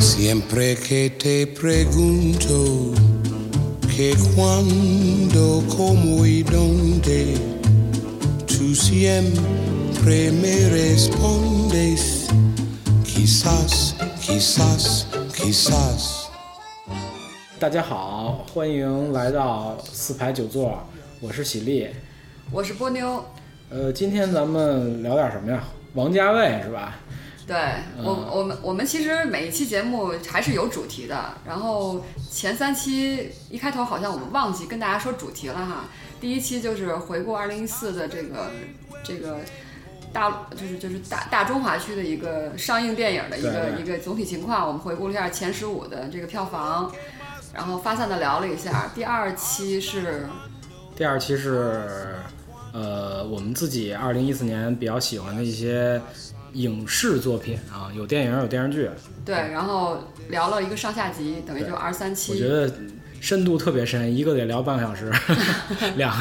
Siempre que te pregunto que cuándo, cómo y dónde, tú siempre me respondes, quizás, quizás, quizás. 大家好，欢迎来到四排九座，我是喜力。我是波妞。呃，今天咱们聊点什么呀？王家卫是吧？对嗯我，我们我们其实每一期节目还是有主题的。然后前三期一开头好像我们忘记跟大家说主题了哈。第一期就是回顾二零一四的这个这个大就是就是大大中华区的一个上映电影的一个对对一个总体情况，我们回顾了一下前十五的这个票房，然后发散的聊了一下。第二期是第二期是呃，我们自己二零一四年比较喜欢的一些影视作品啊，有电影有电视剧，对，然后聊了一个上下集，等于就二十三期。我觉得深度特别深，一个得聊半个小 时，两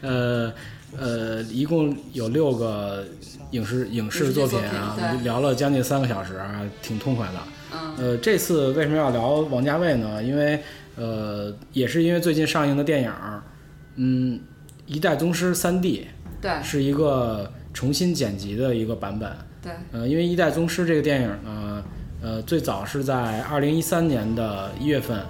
呃呃，一共有六个影视影视作品啊影视作品，对聊了将近三个小时啊，挺痛快的。嗯呃，这次为什么要聊王家卫呢？因为呃，也是因为最近上映的电影儿，嗯，《一代宗师》三 D 对是一个重新剪辑的一个版本。对呃，因为《一代宗师》这个电影呢，呃，最早是在二零一三年的一月份，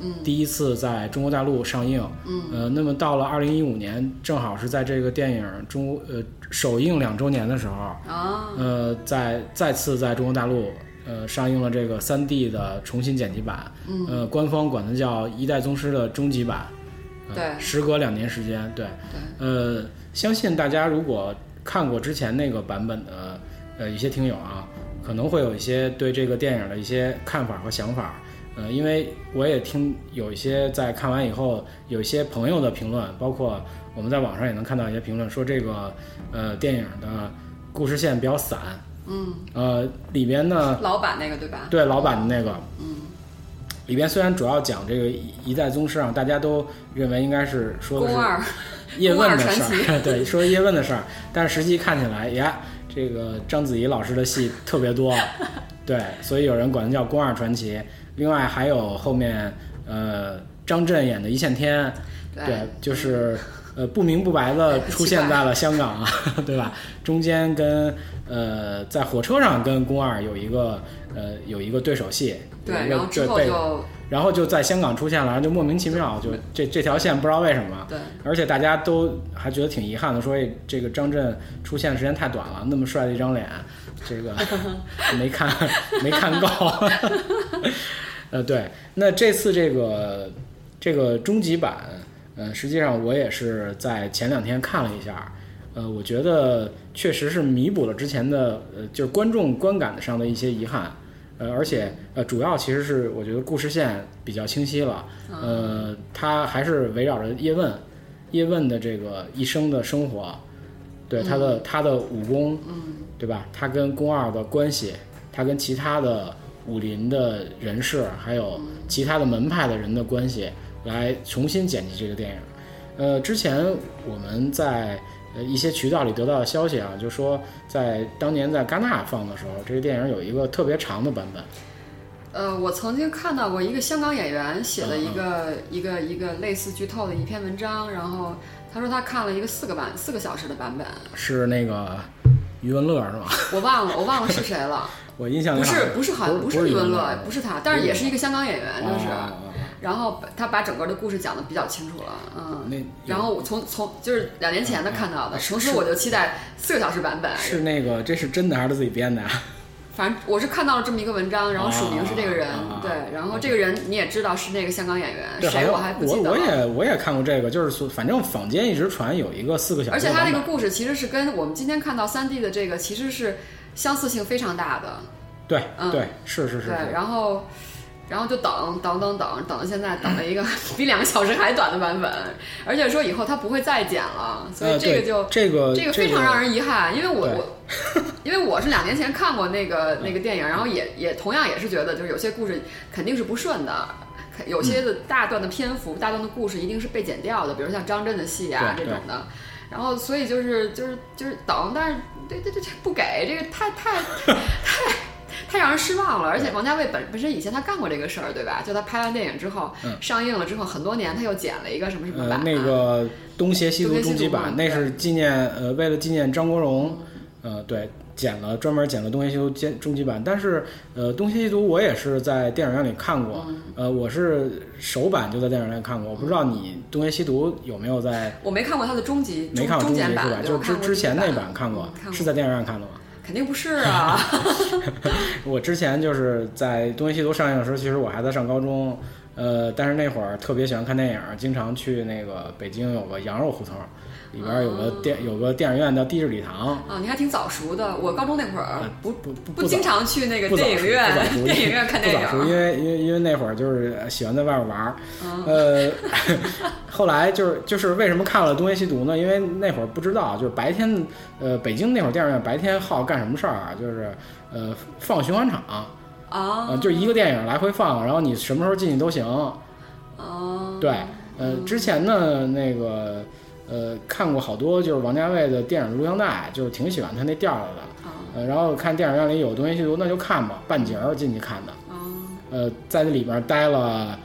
嗯，第一次在中国大陆上映，嗯，呃，那么到了二零一五年，正好是在这个电影中呃首映两周年的时候，啊，呃，在再次在中国大陆。呃，上映了这个3 D 的重新剪辑版，嗯、呃，官方管它叫《一代宗师》的终极版，呃对时隔两年时间，对，呃，相信大家如果看过之前那个版本的呃一些听友啊，可能会有一些对这个电影的一些看法和想法。呃，因为我也听有一些在看完以后，有一些朋友的评论，包括我们在网上也能看到一些评论，说这个呃电影的故事线比较散，嗯，呃里边呢老版那个对吧？对老版的那个，嗯，里边虽然主要讲这个一一代宗师啊，大家都认为应该是说的是宫二叶问的宫二事传儿， 对，说叶问的事儿，但是实际看起来，呀，这个章子怡老师的戏特别 多，对，所以有人管它叫宫二传奇。另外还有后面呃张震演的一线天，对对，就是呃不明不白的 出现在了香港啊， 对吧？中间跟呃在火车上跟宫二有一个呃有一个对手戏，有对，一然个后之后对就然后就在香港出现了，然后就莫名其妙就这这条线不知道为什么，对，而且大家都还觉得挺遗憾的，说哎这个张震出现的时间太短了，那么帅的一张脸，这个没看没看够，呃对，那这次这个这个终极版，呃实际上我也是在前两天看了一下，呃我觉得确实是弥补了之前的呃就是观众观感上的一些遗憾，呃，而且呃，主要其实是我觉得故事线比较清晰了，呃，它还是围绕着叶问，叶问的这个一生的生活，啊对他嗯的、他的武功，对吧？他跟宫二的关系，他跟其他的武林的人士，还有其他的门派的人的关系，来重新剪辑这个电影。呃，之前我们在呃一些渠道里得到的消息啊，就说在当年在戛纳放的时候，这个电影有一个特别长的版本，呃，我曾经看到过一个香港演员写了一嗯个、一个一个类似剧透的一篇文章，然后他说他看了一个四个版四个小时的版本，是那个余文乐是吗？我忘了我忘了是谁了， 我印象里不好是像不是韩不不是余文乐乐，，不是他，但是也是一个香港演员，就哦是。哦哦然后他把整个的故事讲的比较清楚了，嗯。那然后我从从就是两年前的看到的，是同时我就期待四个小时版本。是那个这是真的还是自己编的啊呀？反正我是看到了这么一个文章，然后署名是这个人，啊对，然后这个人你也知道是那个香港演员，对，好谁像我还不记我得我了。也我也看过这个，就是说反正坊间一直传有一个四个小时，而且他这个故事其实是跟我们今天看到三 D 的这个其实是相似性非常大的，对、嗯对是是是对，是，然后。然后就等等等等等到现在等 了一个比两个小时还短的版本，而且说以后他不会再剪了，所以呃这个对就、这个这个非常让人遗憾，因为我对嗯我 因为我是两年前看过那个那个电影，然后也也同样也是觉得就是有些故事肯定是不顺的。肯有些的嗯大段的篇幅、大段的故事一定是被剪掉的，比如像张震的戏啊这对种的。然后，所以就是就是就是等，但是对对对，这不给这个太太太太让人失望了。而且王家卫本本身以前他干过这个事儿，对吧？就他拍完电影之后，嗯上映了之后很多年，他又剪了一个什么什么呃版、，啊那个东邪西毒东邪西终极毒版，嗯那对是纪念呃，为了纪念张国荣，呃，对，剪了专门剪了东邪西毒兼终极版。但是呃，东邪西毒我也是在电影院里看过，嗯呃，我是首版就在电影院看过，我不知道你东邪西毒有没有在我没看过他的终极，没看过终终极剪是吧？版，就是之之前那版看过过嗯，看是在电影院看的吗？肯定不是啊。 我之前就是在《东邪西毒》上映的时候，其实我还在上高中，呃，但是那会儿特别喜欢看电影，经常去那个北京有个羊肉胡同，里边有个电、有个电影院叫地质礼堂，啊，你还挺早熟的。我高中那会儿不呃不不不经常去 那个不早电影熟院不早，熟电影院看电不影啊早熟，因儿。为因为因为那会儿就是喜欢在外面玩儿，嗯呃， 后来就是就是为什么看了《东邪西毒》呢？因为那会儿不知道，就是白天，呃，北京那会儿电影院白天好干什么事儿啊？就是呃放循环场，啊呃，就一个电影来回放，然后你什么时候进去都行。啊，对，呃，之前呢，那个呃，看过好多就是王家卫的电影录像带，就是挺喜欢他那调儿的。呃，然后看电影院里有东西就那就看吧，半截儿进去看的。啊呃，在那里边待了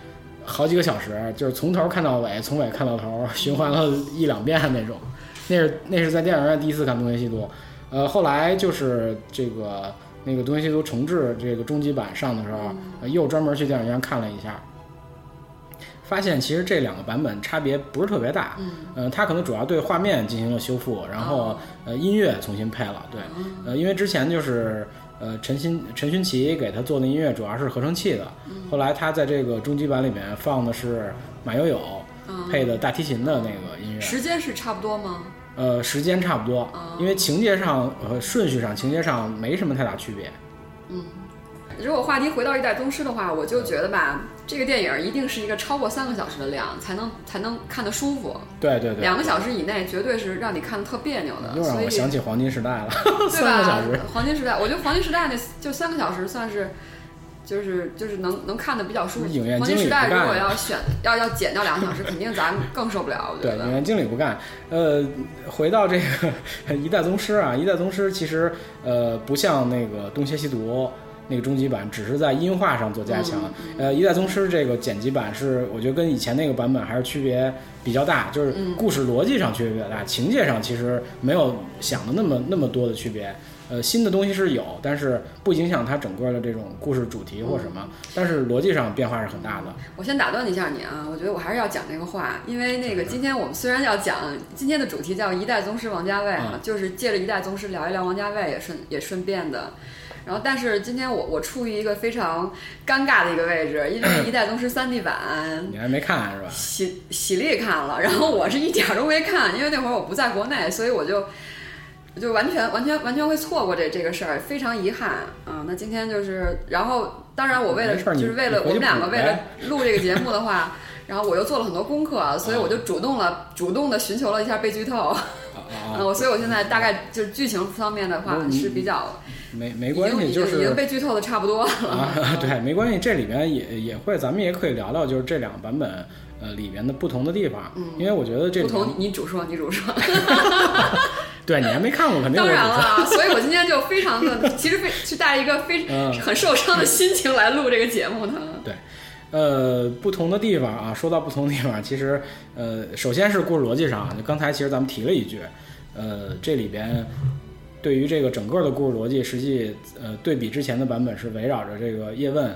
好几个小时，就是从头看到尾，从尾看到头，循环了一两遍那种。那是那是在电影院第一次看《东邪西毒》，呃，后来就是这个那个《东邪西毒》重置这个终极版上的时嗯候，呃又专门去电影院看了一下，发现其实这两个版本差别不是特别大。嗯呃，它可能主要对画面进行了修复，然后哦呃音乐重新配了，对，呃，因为之前就是呃陈新陈勋奇给他做的音乐主要是合成器的，嗯后来他在这个终极版里面放的是马友友嗯配的大提琴的那个音乐，时间是哦差不多吗？呃，时间差不多，因为情节上呃顺序上情节上没什么太大区别，如果话题回到《一代宗师》的话，我就觉得吧，这个电影一定是一个超过三个小时的量才能才能看得舒服，对对对，两个小时以内绝对是让你看得特别扭的，又让所以我想起黄金时代了， 对三吧？个小时，黄金时代，我觉得黄金时代那就三个小时算是。就是就是能能看得比较舒服。影院黄经金理时代不干如果要选要要减掉两个小时，肯定咱们更受不了。我觉对，得演员经理不干。呃，回到这个 一代宗师啊，一代宗师其实呃不像那个东邪西毒那个终极版，只是在音画上做加强。呃，一代宗师这个剪辑版是我觉得跟以前那个版本还是区别比较大，就是故事逻辑上区别比较大，情节上其实没有想的那么那么多的区别。呃，新的东西是有，但是不影响它整个的这种故事主题或什么，但是逻辑上变化是很大的。我先打断一下你啊，我觉得我还是要讲这个话，因为那个今天我们虽然要讲今天的主题叫一代宗师王家卫啊，嗯就是借着一代宗师聊一聊王家卫，也顺也顺便的。然后，但是今天我我处于一个非常尴尬的一个位置，因为一代宗师三 D 版你还没看是吧？喜喜力看了，然后我是一点儿都没看，因为那会儿我不在国内，所以我就就完全完全完全会错过这这个事儿，非常遗憾啊。那今天就是，然后当然我为了没事儿就你是为了你回去我们两个补为呗了录这个节目的话，然后我又做了很多功课，啊所以我就主动了主动的寻求了一下被剧透，啊啊 啊，嗯，所以我现在大概就是剧情方面的话不是你是比较没没已关经系，已就经是已经被剧透的差不多了。啊，对，没关系，这里面也也会，咱们也可以聊聊，就是这两个版本呃里面的不同的地方，因为我觉得这嗯不里面同，你主说，你主说。对你还没看过，肯定当会然了，所以我今天就非常的，其实非是带一个非嗯很受伤的心情来录这个节目的。对。呃，不同的地方啊，说到不同的地方，其实呃，首先是故事逻辑上啊，就刚才其实咱们提了一句，呃，这里边对于这个整个的故事逻辑，实际呃对比之前的版本是围绕着这个叶问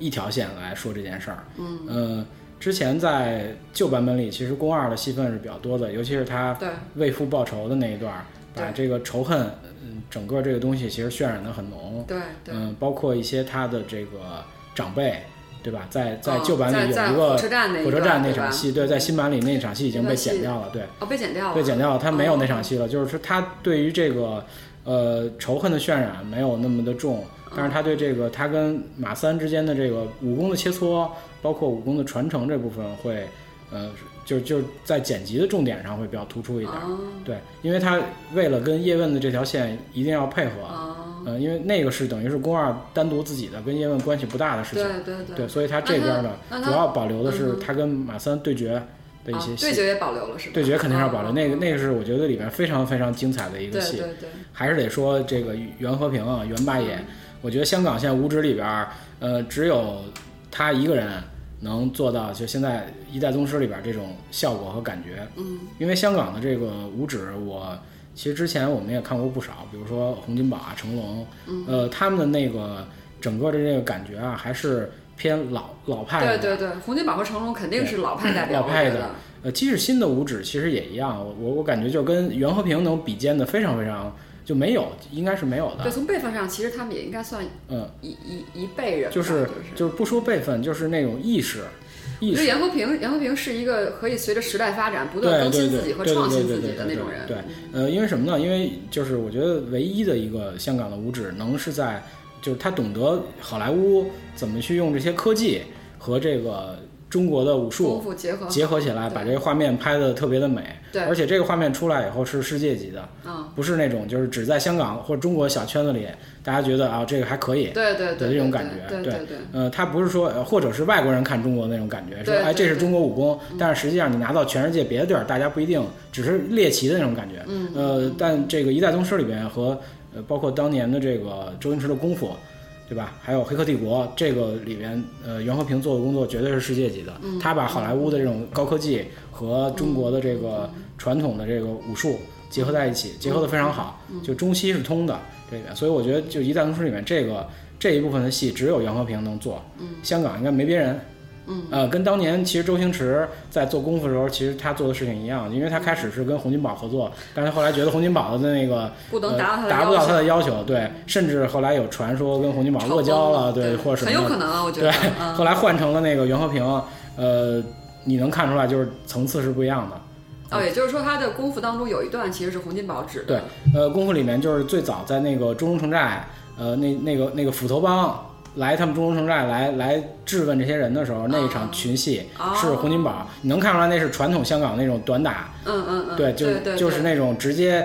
一条线来说这件事儿。嗯，呃，之前在旧版本里，其实宫二的戏份是比较多的，尤其是他对为父报仇的那一段儿，把对这个仇恨，嗯，整个这个东西其实渲染的很浓。对对，嗯，包括一些他的这个长辈，对吧？在在嗯旧版在里有在一个火车站那一火车站段那对吧场戏，对，在新版里那场戏已经那被段剪戏掉了，对，哦，被剪掉了，被剪掉了，他没有那场哦。戏了。就是说，他对于这个呃仇恨的渲染没有那么的哦重，但是他对这个他跟马三之间的这个武功的切磋，包括武功的传承这部分会，呃，就就在剪辑的重点上会比较突出一点。哦对，因为他为了跟叶问的这条线一定要配合，哦，嗯，因为那个是等于是宫二单独自己的，跟叶问关系不大的事对情。对对所以他这边呢，那他那他主要保留的是他跟马三对决的一啊些戏。对决也保留了是吧？对决肯定是要保留，哦那个那个是我觉得里面非常非常精彩的一对个对戏。对，嗯还是得说这个袁和平啊，袁八爷，我我觉得香港现在五指里边儿，呃，只有他一个人能做到，就现在一代宗师里边儿这种效果和感觉。嗯，因为香港的这个五指，我其实之前我们也看过不少，比如说洪金宝啊、成龙，嗯呃，他们的那个整个的这个感觉啊，还是偏老老派的。对对对，洪金宝和成龙肯定是老派代表，老派我觉的得呃，即使新的五指其实也一样，我我我感觉就跟袁和平能比肩的非常非常就没有，应该是没有对，的。从辈分上，其实他们也应该算嗯，一一一辈人吧，就就是就就是不说辈分，就是那种意识，我意觉得识。袁和平，袁和平是一个可以随着时代发展不断对更对新对自己和对创对新对自己对的那对种对人。对，呃，因为什么呢？因为就是我觉得唯一的一个香港的五指能是在，就是他懂得好莱坞怎么去用这些科技和这个中国的武术功夫结合，结合起来，对把这个画面拍的特别的美。对而且这个画面出来以后是世界级的。嗯，不是那种就是只在香港或者中国小圈子里，大家觉得啊这个还可以，对对对，有这种对感觉对对对对，呃，他不是说呃或者是外国人看中国那种感觉，说对哎这对嗯是对中国武功，但是实际上你拿到全世界别的地儿，大家不一定只是猎奇的那种感觉，嗯呃，但这个一代宗师里边和呃包括当年的这个周星驰的功夫。对吧？还有《黑客帝国》这个里边，呃，袁和平做的工作绝对是世界级的。嗯他把好莱坞的这种高科技和中国的这个嗯传统的这个武术结合在一起，结合的非常好，嗯就中西是通的这里边。所以我觉得，就《一代宗师》里面这个这一部分的戏，只有袁和平能做，香港应该没别人。嗯，呃，跟当年其实周星驰在做功夫的时候，其实他做的事情一样，因为他开始是跟洪金宝合作，但是后来觉得洪金宝的那个不能呃达到他的达不到他要的要求，对，甚至后来有传说跟洪金宝求，恶交了，对，或者什很有么可的，能啊，我觉对得，，嗯后来换成了那个袁和平，呃，你能看出来就是层次是不一样的。哦，也就是说他的功夫当中有一段其实是洪金宝指对的，，呃，功夫里面就是最早在那个中央城寨，呃，那那个那个斧头帮来他们中央城寨来来质问这些人的时候，那一场群戏哦是洪金宝，你能看出来那是传统香港那种短打，嗯嗯嗯，对，就对对，就是对那种直接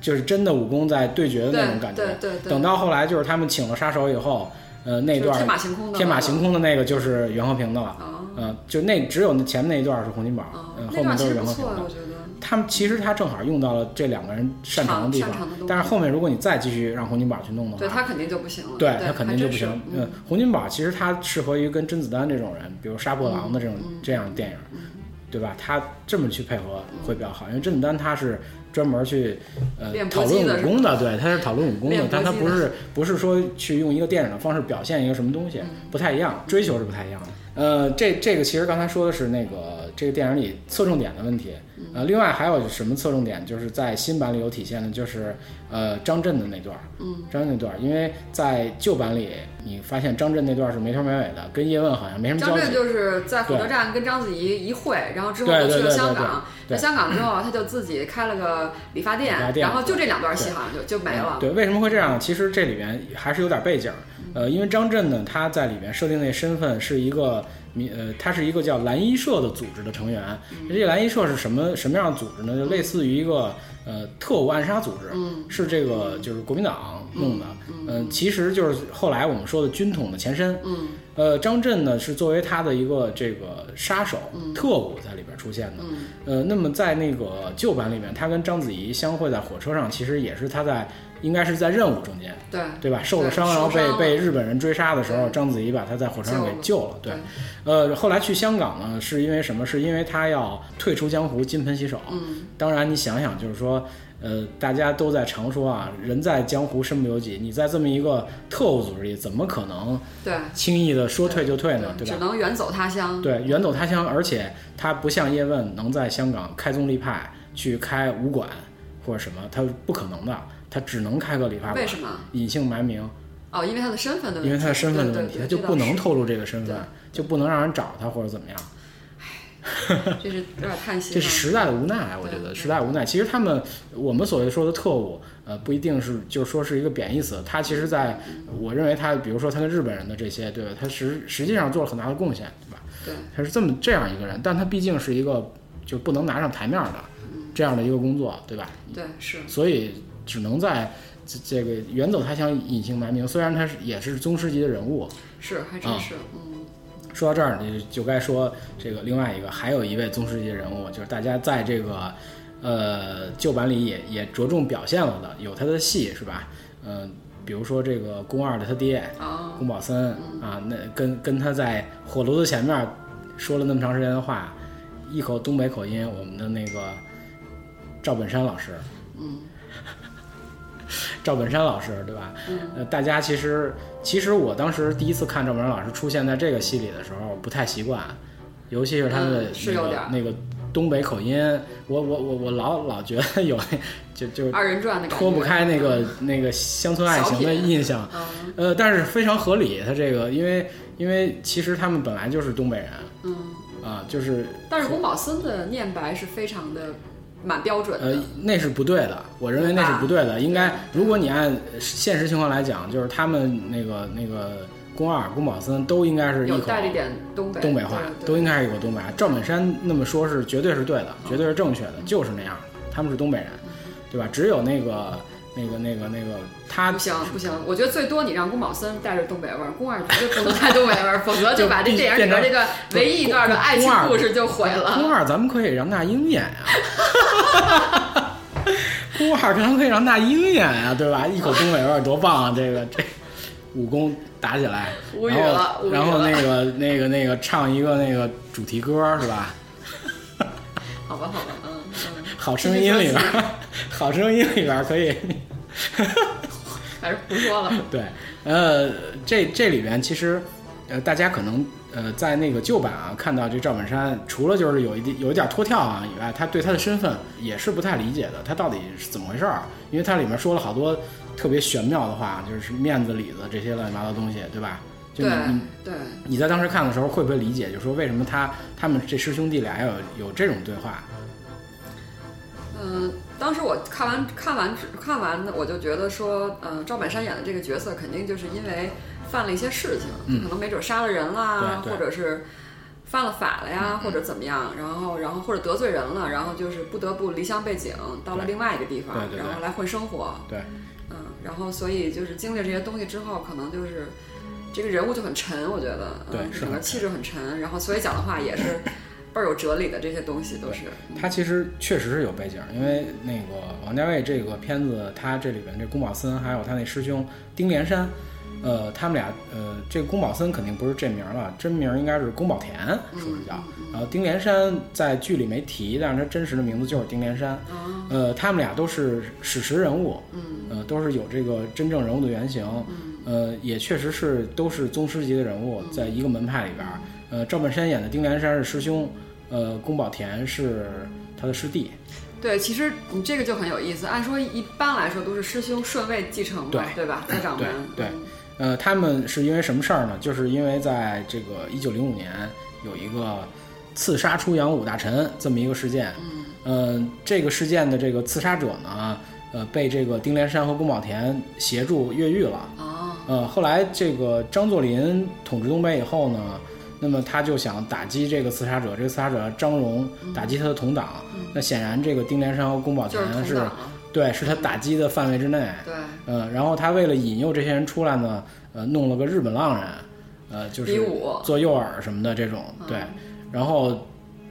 就是真的武功在对决的那种感觉。对对对对，等到后来就是他们请了杀手以后，呃，那就是段天马行空的天马了行空的那个就是袁和平的了，哦嗯、就那只有那前面那一段是洪金宝，哦嗯、那后面段都其是实袁不和平错呀，的我。觉得。他们其实他正好用到了这两个人擅长的地擅方长的东西，但是后面如果你再继续让洪金宝去弄的对话，他肯定就不行了，对对他肯定就不行还真。是嗯，洪金宝其实他适合于跟甄子丹这种人，比如杀破狼的这种嗯这样的电影，对吧？他这么去配合嗯会比较好，因为甄子丹他是专门去呃练讨搏击论的武功的，对，他是讨论武功的练，但他搏击不的是不是说去用一个电影的方式表现一个什么东西，嗯不太一样，追求是不太一样的。呃，这这个其实刚才说的是那个这个电影里侧重点的问题，嗯呃，另外还有什么侧重点，就是在新版里有体现的，就是呃张震的那段，嗯，张震那段儿，因为在旧版里你发现张震那段儿是没头没尾的，跟叶问好像没什么交张震集，就是在火车站跟章子怡一会，然后之后就去对对了对香港。对对在香港之后，他就自己开了个理发店，理发店然后就这两段戏好像就就没了。对，为什么会这样？其实这里面还是有点背景儿，呃，因为张震呢，他在里面设定那身份是一个民，呃，他是一个叫蓝衣社的组织的成员。嗯这蓝衣社是什么什么样的组织呢？就类似于一个呃特务暗杀组织，嗯是这个就是国民党弄的，嗯嗯、其实就是后来我们说的军统的前身。嗯呃，张震呢是作为他的一个这个杀手、嗯特务在里边出现的。嗯呃，那么在那个旧版里面，他跟章子怡相会在火车上，其实也是他在应该是在任务中间，对对吧？受了伤，对然后受被伤被日本人追杀的时候，对章子怡把他在火车上给救了。对对，，呃，后来去香港呢，是因为什么？是因为他要退出江湖，金盆洗手。嗯当然，你想想，就是说，呃，大家都在常说啊，人在江湖身不由己。你在这么一个特务组织里，怎么可能对嗯轻易的说退就退呢？对吧只？能远走他乡。对，远走他乡，而且他不像叶问能在香港开宗立派，去开武馆或者什么，他不可能的，他只能开个理发馆为，什么？隐姓埋名，哦，因为他的身份的问题，因为他的身份的对问题，他对对就不能透露这个身对份，就不能让人找他或者怎么样，这 倒是这是有点叹息。这是时代的无奈，我觉对得对时代无奈。其实他们我们所谓说的特务，呃，不一定是就是说是一个贬义词，他其实在我认为他，比如说他跟日本人的这些，对吧？他实实际上做了很大的贡献，对吧？对，他是这么这样一个人，但他毕竟是一个就不能拿上台面的嗯这样的一个工作，对吧？对是。所以只能在这这个远走他乡，隐姓埋名。虽然他是也是宗师级的人物。是，还真啊是，嗯，说到这儿，你就该说这个另外一个，还有一位宗师级人物，就是大家在这个呃旧版里也也着重表现了的，有他的戏是吧？嗯、比如说这个宫二的他爹啊，宫保森啊，那跟跟他在火炉子前面说了那么长时间的话，一口东北口音，我们的那个赵本山老师，嗯， 赵本山老师对吧？嗯呃，大家其实其实我当时第一次看赵本山老师出现在这个戏里的时候，不太习惯，尤其是他的嗯是那有个、点儿那个东北口音，我我我我老老觉得 有就就二人转的感觉脱不开那个那个乡村爱情的印象。嗯呃，但是非常合理，他这个，因为因为其实他们本来就是东北人嗯，啊，就是但是宫保森的念白是非常的蛮标准呃的，，那是不对的，我认为那是不对的。应该，如果你按现实情况来讲，就是他们那个那个宫二、宫保森都应该是一有口带了一点东北东北话，都对对应该是一口东北话。赵本山那么说是绝对是对的，嗯绝对是正确的，就是那样，他们是东北人，对吧？只有那个那个那个那个他不行不行，我觉得最多你让宫保森带着东北味儿，宫二绝对不能带东北味儿，否则就把这电影里边这个唯一一段的爱情故事就毁了。宫二咱们可以让那英演啊， 宫二咱们可以让那英演啊，对吧？一口东北味儿多棒啊！这个这武功打起来，无语然后了无语然后了那个那个那个唱一个那个主题歌是吧？好吧好吧，嗯嗯，好声音 里边继续说儿， 好声音里边儿可以。还是不说了。对，呃，这这里边其实，呃，大家可能呃在那个旧版啊看到这赵本山，除了就是有一点有一点脱跳啊以外，他对他的身份也是不太理解的，他到底是怎么回事儿？啊因为他里面说了好多特别玄妙的话，就是面子、里子这些乱七八糟东西，对吧？就对你你对，你在当时看的时候会不会理解，就是说为什么他他们这师兄弟俩要有有这种对话？嗯，当时我看完看完看完，我就觉得说，嗯，赵本山演的这个角色肯定就是因为犯了一些事情，嗯就可能没准杀了人啦，对对嗯或者是犯了法了呀，或者怎么样，然后然后或者得罪人了，然后就是不得不离乡背井，到了对另外一个地方，对对对然后来混生活，对，嗯，然后所以就是经历这些东西之后，可能就是这个人物就很沉，我觉得，对嗯，是整个很气质很沉，然后所以讲的话也是倍儿有哲理的，这些东西都是，他其实确实是有背景，因为那个王家卫这个片子，他这里边这宫保森还有他那师兄丁连山，呃，他们俩呃，这个宫保森肯定不是这名儿了，真名儿应该是宫保田，是不是叫？然后丁连山在剧里没提，但是他真实的名字就是丁连山。呃，他们俩都是史实人物，呃，都是有这个真正人物的原型，呃，也确实是都是宗师级的人物，在一个门派里边儿。呃，赵本山演的丁连山是师兄，呃，宫保田是他的师弟，对，其实你这个就很有意思。按说一般来说都是师兄顺位继承嘛，对对吧？在掌门，对对嗯呃，他们是因为什么事儿呢？就是因为在这个一九零五年有一个刺杀出洋武大臣这么一个事件，嗯、呃，这个事件的这个刺杀者呢，呃，被这个丁连山和宫保田协助越狱了。哦，呃，后来这个张作霖统治东北以后呢，那么他就想打击这个刺杀者，这个刺杀者张荣打击他的同党。那显然，这个丁连山和宫保嗯就田是同是党了，对，是他打击的范围之内。对，嗯，然后他为了引诱这些人出来呢，呃，弄了个日本浪人，呃，就比是武嗯做诱饵什么的这种，对，然后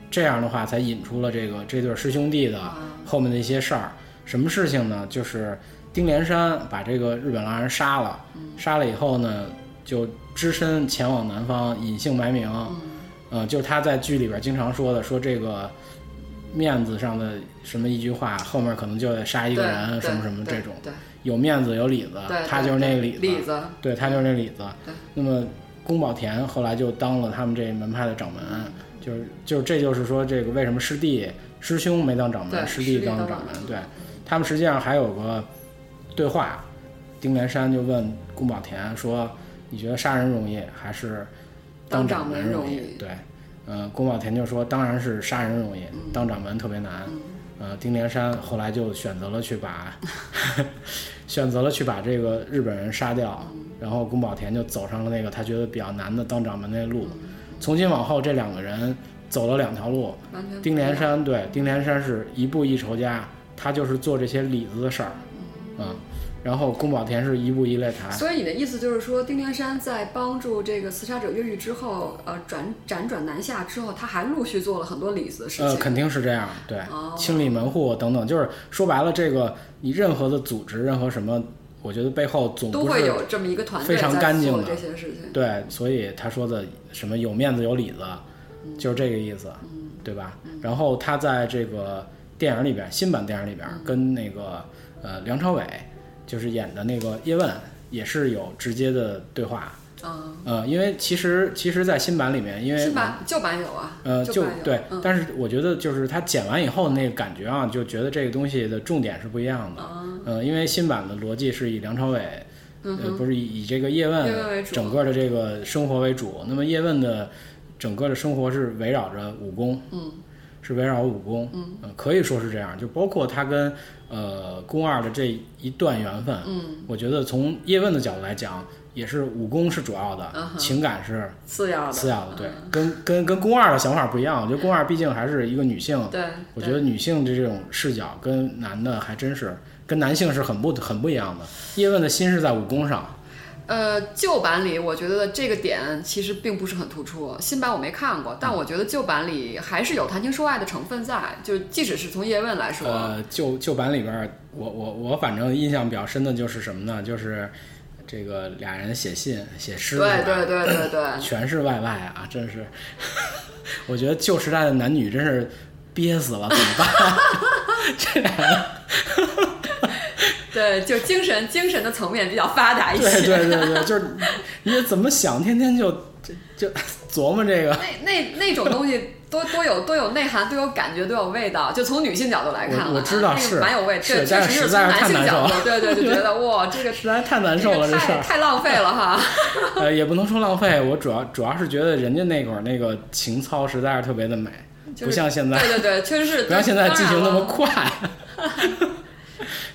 这样的话才引出了这个这对师兄弟的嗯后面的一些事儿。什么事情呢？就是丁连山把这个日本浪人杀了，嗯杀了以后呢，就只身前往南方，隐姓埋名。嗯呃，就是他在剧里边经常说的，说这个面子上的什么一句话，后面可能就得杀一个对人，什么对什么对这种。对有面子有里子对，，他对就是那个对里里子，子，对他就是那里子对。那么宫保田后来就当了他们这门派的掌门，嗯就是就是这就是说这个为什么师弟师兄没当掌对门，师师弟弟当当掌掌门门，对他们实际上还有个对话，丁连山就问宫保田说：“你觉得杀人容易还是当掌掌门门容容易嗯对，呃，宫保田就说：“当然是杀人容易，当掌门特别难。呃，丁连山后来就选择了去把 选择了去把这个日本人杀掉，嗯然后宫保田就走上了那个他觉得比较难的当掌门那路。从今往后，这两个人走了两条路。完全不一样丁连山对丁连山是一步一仇家，他就是做这些里子的事儿，嗯，然后宫保田是一步一擂台，所以你的意思就是说，丁连山在帮助这个刺杀者越狱之后，呃，转辗转南下之后，他还陆续做了很多里子的事呃，情。肯定是这样，对，哦清理门户等等，就是说白了，这个你任何的组织，任何什么我觉得背后总都不会是有这么一个团队非常干在净做的这些事情。对，所以他说的什么有面子有里子，嗯就是这个意思，对吧？然后他在这个电影里边，新版电影里嗯边跟那个呃梁朝伟就是演的那个叶问也是有直接的对话，嗯，呃，因为其实其实，在新版里面，因为新版旧版有啊，呃，旧就版有对，嗯但是我觉得就是它剪完以后那个感觉啊，就觉得这个东西的重点是不一样的。哦嗯、因为新版的逻辑是以梁朝伟，呃，不是以以这个叶嗯叶问为问主整个的这个生活为主。那么叶问的整个的生活是围绕着武功，嗯，是围绕武功，嗯、可以说是这样。就包括他跟呃宫二的这一段缘分，嗯，我觉得从叶问的角度来讲，也是武功是主要的，嗯哼情感是次要的，次要的，对，跟跟跟宫二的想法不一样。我觉得宫二毕竟还是一个女性，对，我对觉得女性的这种视角跟男的还真是跟男性是很不很不一样的。叶问的心是在武功上，呃，旧版里我觉得这个点其实并不是很突出，新版我没看过，嗯但我觉得旧版里还是有谈情说爱的成分在，就即使是从叶问来说，呃，旧旧版里边儿，我我我反正印象比较深的就是什么呢？就是这个俩人写信写诗，对是吧对对对对，全是外卖啊，真是。 我觉得旧时代的男女真是憋死了，怎么办？ 这俩人 对，就精神精神的层面比较发达一些。对对对对，就是你你怎么想，天天就就就琢磨这个。那那那种东西多多有多有内涵，多有感觉，多有味道。就从女性角度来看啊，我我知道那个是蛮有味，是对，确但是实实从在是男太性难角受度，对对，就 觉得哇，这个实在太难这受了，个这事太儿，太浪费了 哈。呃，也不能说浪费，我主要主要是觉得人家那会儿那个情操实在是特别的美，就是不像现在，对对对，确实是不像现在当激然情那么了快，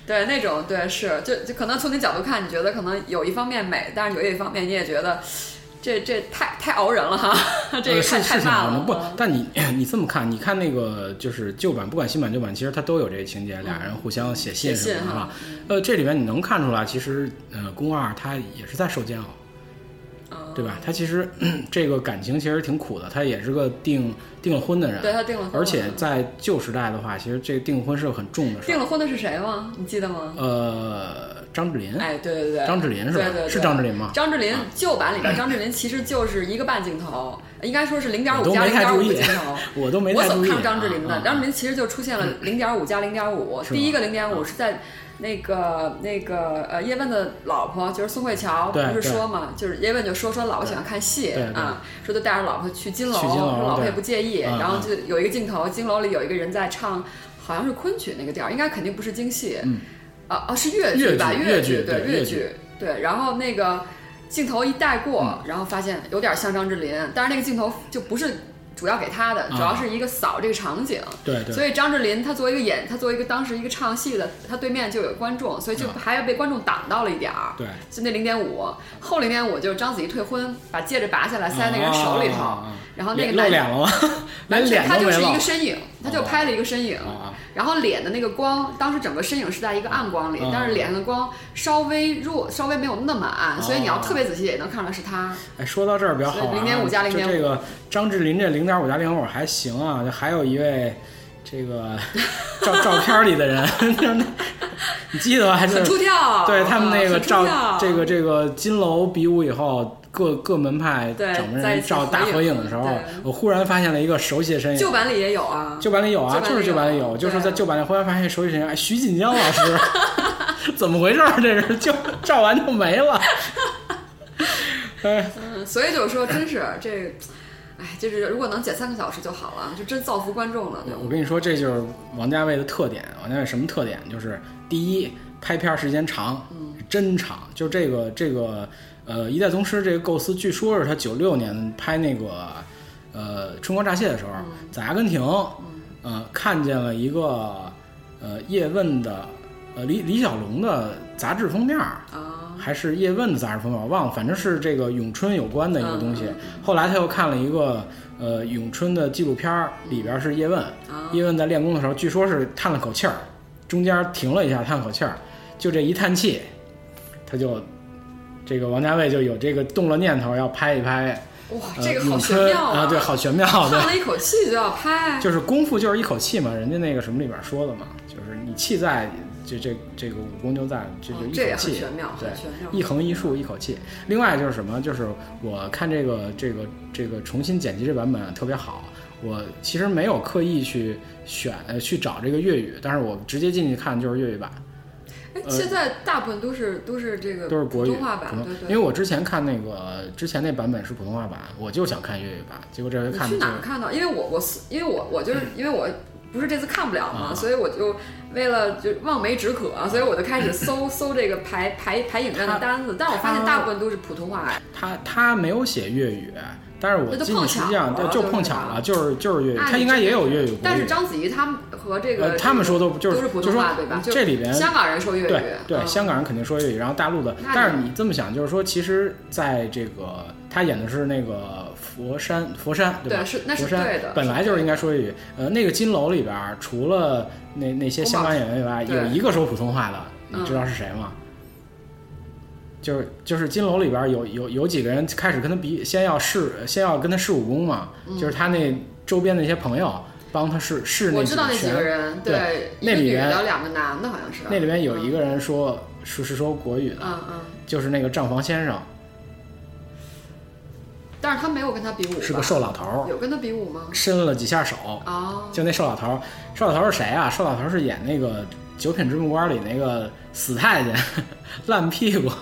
对，那种对是，就就可能从你角度看，你觉得可能有一方面美，但是有一方面你也觉得这这太太熬人了哈， 这呃个是太是太挺慢好的了。嗯不，但你 你这么看，你看那个就是旧版，不管新版旧版，其实它都有这个情节，俩人互相写信嗯写什信么的哈嗯哈。呃，这里面你能看出来，其实呃，宫二他也是在受煎熬。嗯，对吧？他其实 这个感情其实挺苦的，他也是个订订了婚的人，对他订了婚了嗯而且在旧时代的话，其实这个订婚是个很重的事订儿。了婚的是谁吗？你记得吗？呃，张智霖，哎，对对对，张智霖是吧对对对是张智霖吗啊张智霖旧版里边，张智霖其实就是一个半镜头，应该说是零点我五都加没零太点注五意镜头。，我都没我太怎注么意。看张智霖的？啊嗯张智霖其实就出现了零点五加零点五，是吗啊第一个零点五是在那个那个呃叶问的老婆就是宋慧乔，对不是对说嘛，就是叶问就说说老婆喜欢看戏对对啊，说就带着老婆去金楼，去金楼说老婆对也不介意，嗯然后嗯就有一个镜头，金楼里有一个人在唱，好像是昆曲那个调儿，应该肯定不是京戏，啊啊是粤粤剧嗯剧吧？粤剧剧嗯对对粤粤剧对，然后那个镜头一带过，然后发现有点像张智霖，但是那个镜头就不是主要给他的，啊主要是一个扫这个场景。对对所以张智霖他作为一个演，他作为一个当时一个唱戏的，他对面就有观众，所以就啊还要被观众挡到了一点儿。对，就那零点五后零点五就是章子怡退婚，把戒指拔下来塞那个人手里头，啊然后那个露男脸了吗？ 连脸他都就没哦是一露个。身影，他就拍了一个身影，啊然后脸的那个光，当时整个身影是在一个暗光里，啊但是脸上的光稍微弱，稍微没有那么暗，哦所以你要特别仔细也能看出来是他。哎，说到这儿比较好玩、啊， 0.5加就0.5这个张智霖这零点五加零点五还行啊，就还有一位这个照 照片里的人， 就是那你记得吧？还是很出跳，对他们那个很出照跳这个这个金楼比武以后，各各门派对掌门在一人起照大合合影影的时候对，我忽然发现了一个熟悉的身影。旧版里也有啊，旧版里有啊，旧版里就是旧版里有有，就是对在旧版里忽然发现熟悉身影，哎，徐锦江老师， 怎么回事儿？这是就照完就没了。哎，嗯所以就是说，真是这，哎，就是如果能剪三个小时就好了，就真造福观众了，对我跟你说，这就是王家卫的特点。王家卫什么特点？就是第一，拍片儿时间长，真长。就这个这个呃，《一代宗师》这个构思，据说是他九六年拍那个呃《春光乍泄》的时候，在阿根廷，呃，看见了一个呃叶问的呃李李小龙的杂志封面儿，啊，还是叶问的杂志封面，我忘了，反正是这个咏春有关的一个东嗯西。后来他又看了一个呃咏春的纪录片儿，里边是叶问，哦叶问在练功的时候，据说是叹了口气儿，中间停了一下，叹口气儿，就这一叹气，他就这个王家卫就有这个动了念头要拍一拍哇，呃这个好咏玄春妙啊，对，好玄妙，对叹。了一口气就要拍，就是功夫就是一口气嘛，人家那个什么里边说的嘛，就是你气在这这这个武功就在，这就哦一这也口很气玄，妙，对很，玄妙。一横一竖一口气。另外就是什么？就是我看这个这个这个重新剪辑这版本啊特别好。我其实没有刻意去选呃去找这个粤语，但是我直接进去看就是粤语版，哎，现在大部分都是都是这个呃都是国呃普语通话版普，通对因为。对我之前看那个之前那版本是普通话版，我就想看粤语版，结果这回你看去的哪就儿看到？因为我我是因为我我就是因为我不是这次看不了嘛，嗯啊所以我就为了就望梅止渴，啊所以我就开 始搜搜这个排排排影院的单子，但我发现它大部分都是普通话。他他没有写粤语，但是我那就进去碰实巧际上了对就就是碰巧吧了，就是就是粤语，那他你应该这也有粤语。但是国语章子怡他们和这个呃，他们说都就都是是普就通说话对吧？就这里边香港人说粤语，对对，嗯香港人肯定说粤语，然后大陆的，那但是就你这么想，就是说，其实在这个他演的是那个佛山，佛山对吧？对是那是佛山对的本来就是应该说粤语。呃，那个金楼里边儿，除了那那些宫香保港演员以外，对嗯有一个说普通话的，你知道是谁吗？就是就是金楼里边儿有有有几个人开始跟他比，先要试，先要跟他试武功嘛，嗯就是他那周边的一些朋友帮他试试我那知道那几几拳个人，对一那个里女边的，两个男的，好像是那里面有一个，个人说是是说国语的，嗯嗯，就是那个账房先生但是他没有跟他比武吧，是个瘦啊老头儿，有跟他比武吗？伸了几下手，哦，就那瘦老头儿，瘦老头儿是谁啊？瘦老头儿是演那个《九品芝麻官》里那个死太监， 烂屁股，哦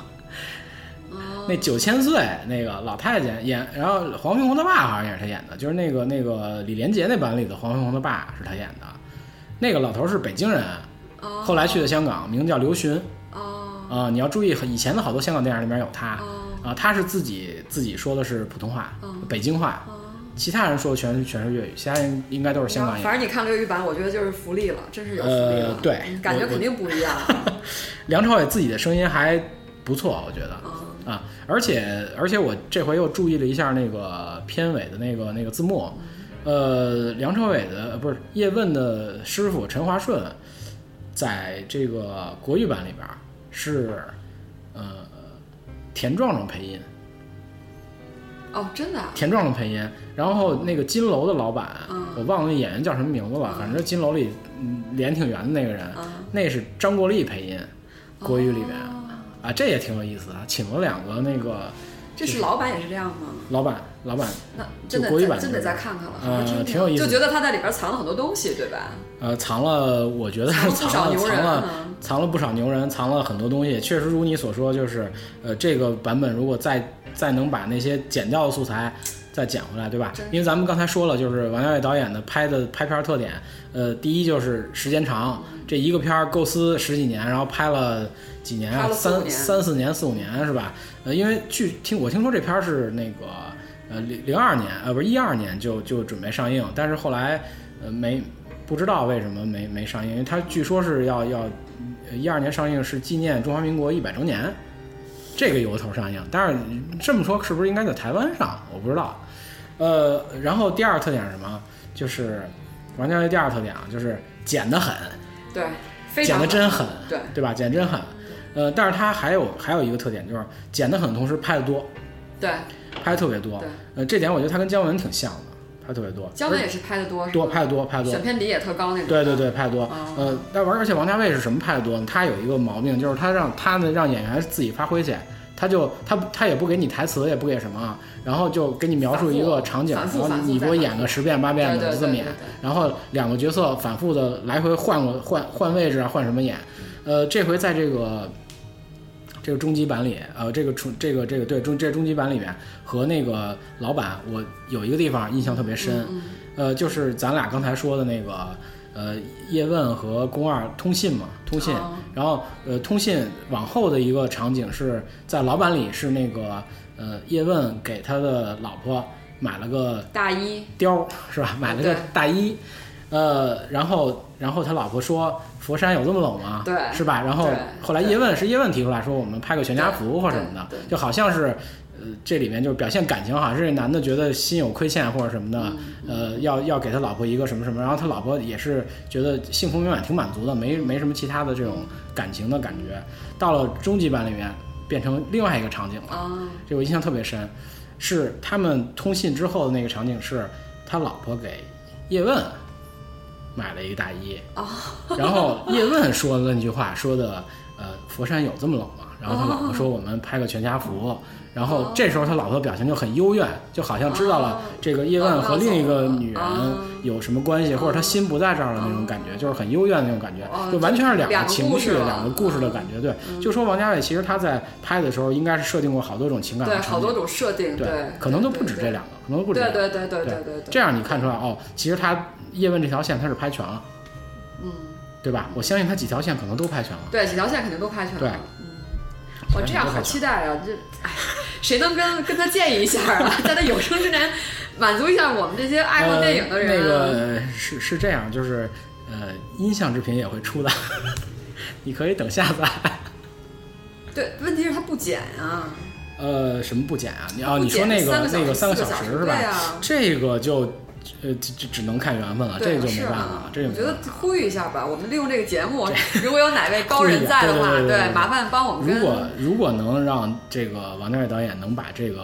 那九千岁那个老太监演，然后黄飞鸿他爸好像也是他演的，就是那个那个李连杰那版里的黄飞鸿他爸是他演的，那个老头儿是北京人，哦后来去的香港，名叫刘询。哦啊、你要注意，以前的好多香港电影里面有他，啊、哦他是自己自己说的是普通话、嗯北京话，哦。其他人说的全是全是粤语，其他人应该都是香港演反员。正你看了粤语版，我觉得就是福利了，真是有福利了，呃对嗯感觉我肯定不一样。梁朝伟自己的声音还不错，我觉得嗯啊，而且而且我这回又注意了一下那个片尾的那个那个字幕，呃，梁朝伟的呃不是叶问的师傅陈华顺，在这个国语版里边儿是呃田壮壮配音。哦，真的啊，田壮壮配音，然后那个金楼的老板，嗯我忘了那演员叫什么名字了，反正金楼里嗯脸挺圆的那个人，嗯那是张国立配音，国语里面、哦啊，这也挺有意思啊，请了两个那个这是老版也是这样吗？老板，老板，那真的就国语再版真就得是再看看了，呃好好听听挺有意思就觉得他在里边藏了很多东西，对吧？呃，藏了，我觉得藏了不藏了少牛人藏了嗯藏了不少牛人，藏了很多东西。确实如你所说，就是呃，这个版本如果再再能把那些剪掉的素材再捡回来，对吧真？因为咱们刚才说了，就是王家卫导演的拍的拍片儿特点，呃，第一就是时间长，这一个片儿构思十几年，然后拍了几年拍啊，了四五三年三四年、四五年是吧？呃，因为据听我听说这片儿是那个呃零零二年呃不是一二年就就准备上映，但是后来呃没不知道为什么没没上映，因为它据说是要要呃一二年上映是纪念中华民国一百周年这个由头上映，但是这么说是不是应该在台湾上？我不知道。呃，然后第二个特点是什么？就是王家卫第二个特点啊，就是剪得很，对，非剪常得好真狠，对对吧？剪得真狠。呃，但是他还有还有一个特点，就是剪得狠，同时拍得多，对，拍得特别多对。呃，这点我觉得他跟姜文挺像的，拍得特别多。姜文也是拍的多，是多吧拍得多拍得多选，片比也特高那种。对对，对，拍得多。哦呃，但玩而且王家卫是什么拍得多呢？他有一个毛病，就是他让他呢让演员自己发挥去，他就他他也不给你台词，也不给什么，然后就给你描述一个场景，反然复后反复你给我再演个十遍八遍对的对就这么对演对对，然后两个角色反复的来回换过换换位置啊，换什么演。呃，这回在这个。这个终极版里，呃，这个重这个这个对终这终极版里面和那个老板，我有一个地方印象特别深，呃，就是咱俩刚才说的那个，呃，叶问和宫二通信嘛，通信，哦然后呃，通信往后的一个场景是在老板里是那个呃，叶问给他的老婆买了个大一貂儿是吧？买了个对大衣，呃，然后然后他老婆说佛山有这么冷吗？对是吧？然后对后来叶问是叶问提出来说我们拍个全家福或什么的对对，对就好像是。呃，这里面就是表现感情，好像是这男的觉得心有亏欠或者什么的，嗯呃，要要给他老婆一个什么什么，然后他老婆也是觉得幸福美满，挺满足的，没没什么其他的这种感情的感觉。到了终极版里面，变成另外一个场景了，啊，这我印象特别深，是他们通信之后的那个场景是他老婆给叶问买了一个大衣。哦，然 后叶问说了那句话，说的呃，佛山有这么冷吗？然后他老婆说我们拍个全家福。然后这时候他老婆表情就很幽怨，就好像知道了这个叶问和另一个女人有什么关系，或者他心不在这儿了那种感觉，就是很幽怨的那种感觉，就完全是哦两个情绪、两个故事的感觉。对，就说王家卫其实他在拍的时候应该是设定过好多种情感对，的好场多景，种设定，对对，，可能都不止这两个，可能都不止这对两个。对对对对对，这样你看出来哦，其实他叶问这条线他是拍全了，嗯，对吧？我相信他几条线可能都拍全了。对，几条线肯定都拍全了。对嗯，哇，这样好期待啊！这，哎，谁能跟跟他建议一下啊？在他有生之年，满足一下我们这些爱看电影的人、啊呃、那个是是这样，就是呃，音像制品也会出的， 你可以等下载。对，问题是他不剪啊。呃，什么不减啊？你哦，不你说减那个三个小时那个四三个个小小时是吧？对啊这个就呃，只只只能看缘分了，这对，个就是没办法了啊，这个我没觉办得法。呼吁一下吧，我们利用这个节目， 如果有哪位高人在的话， 对对对对对对麻烦帮我们如跟果如果能让这个王家卫导演能把这个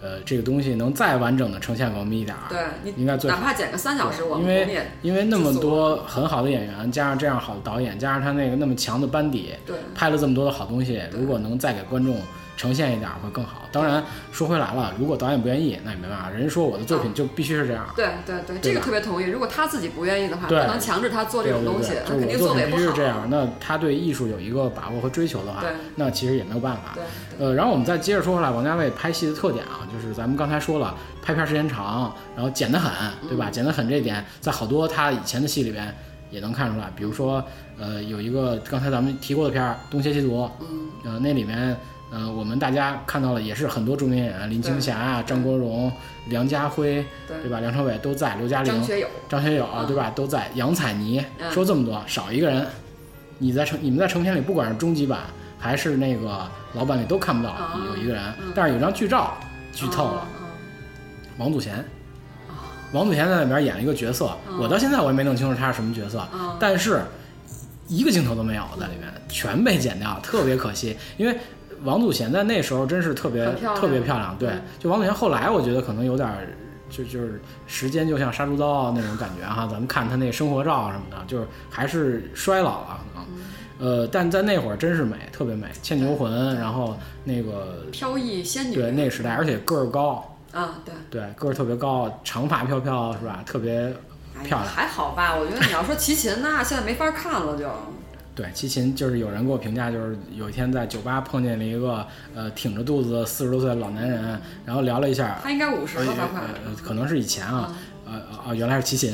呃这个东西能再完整的呈现给我们一点儿，对你应该最哪好。怕剪个三小时，我因们我们为也因为那么知足多很好的演员，加上这样好的导演，加上他那个那么强的班底，对拍了这么多的好东西，如果能再给观众呈现一点儿会更好。当然，说回来了，如果导演不愿意，那也没办法，人家说我的作品就必须是这样。对对对，对这个吧特别同意。如果他自己不愿意的话，不对能强制他做这对种对东西对，，他就是肯我定作做的品也必不须是好。这样。那他对艺术有一个把握和追求的话对，那其实也没有办法。对呃，然后我们再接着说回来，王家卫拍戏的特点啊，就是咱们刚才说了，拍片儿时间长，然后剪得很，对嗯吧？剪得很这一点，在好多他以前的戏里边也能看出来。比如说，呃，有一个刚才咱们提过的片儿《东邪西毒》，嗯，呃，那里面，呃，我们大家看到了也是很多著名演员，林青霞啊、张国荣、梁家辉，对对吧？梁朝伟都在，刘嘉玲张、学友，张学友啊，嗯对吧？都在。杨采妮嗯说这么多，少一个人，你在成你们在成片里，不管是终极版还是那个老版里都看不到哦有一个人嗯，但是有张剧照剧透了，嗯。嗯王祖贤。哦王祖贤在里边演了一个角色，我到现在我也没弄清楚他是什么角色哦，但是一个镜头都没有在里面，全被剪掉，特别可惜。因为王祖贤在那时候真是特别很漂亮特别漂亮，对嗯，就王祖贤后来我觉得可能有点儿就就是时间就像杀猪刀啊那种感觉哈，咱们看他那生活照啊什么的，就是还是衰老了可嗯能。呃，但在那会儿真是美，特别美，《倩女幽魂》，然后那个飘逸仙女，对那个时代，而且个儿高，啊，对，对，个儿特别高，长发飘飘，是吧？特别哎呀漂亮。还好吧？我觉得你要说齐秦那现在没法看 了就，对，齐秦就是有人给我评价，就是有一天在酒吧碰见了一个呃挺着肚子四十多岁的老男人，然后聊了一下，他应该五十呃了嗯吧呃快，呃可能是以前啊，呃呃哦，原来是齐秦，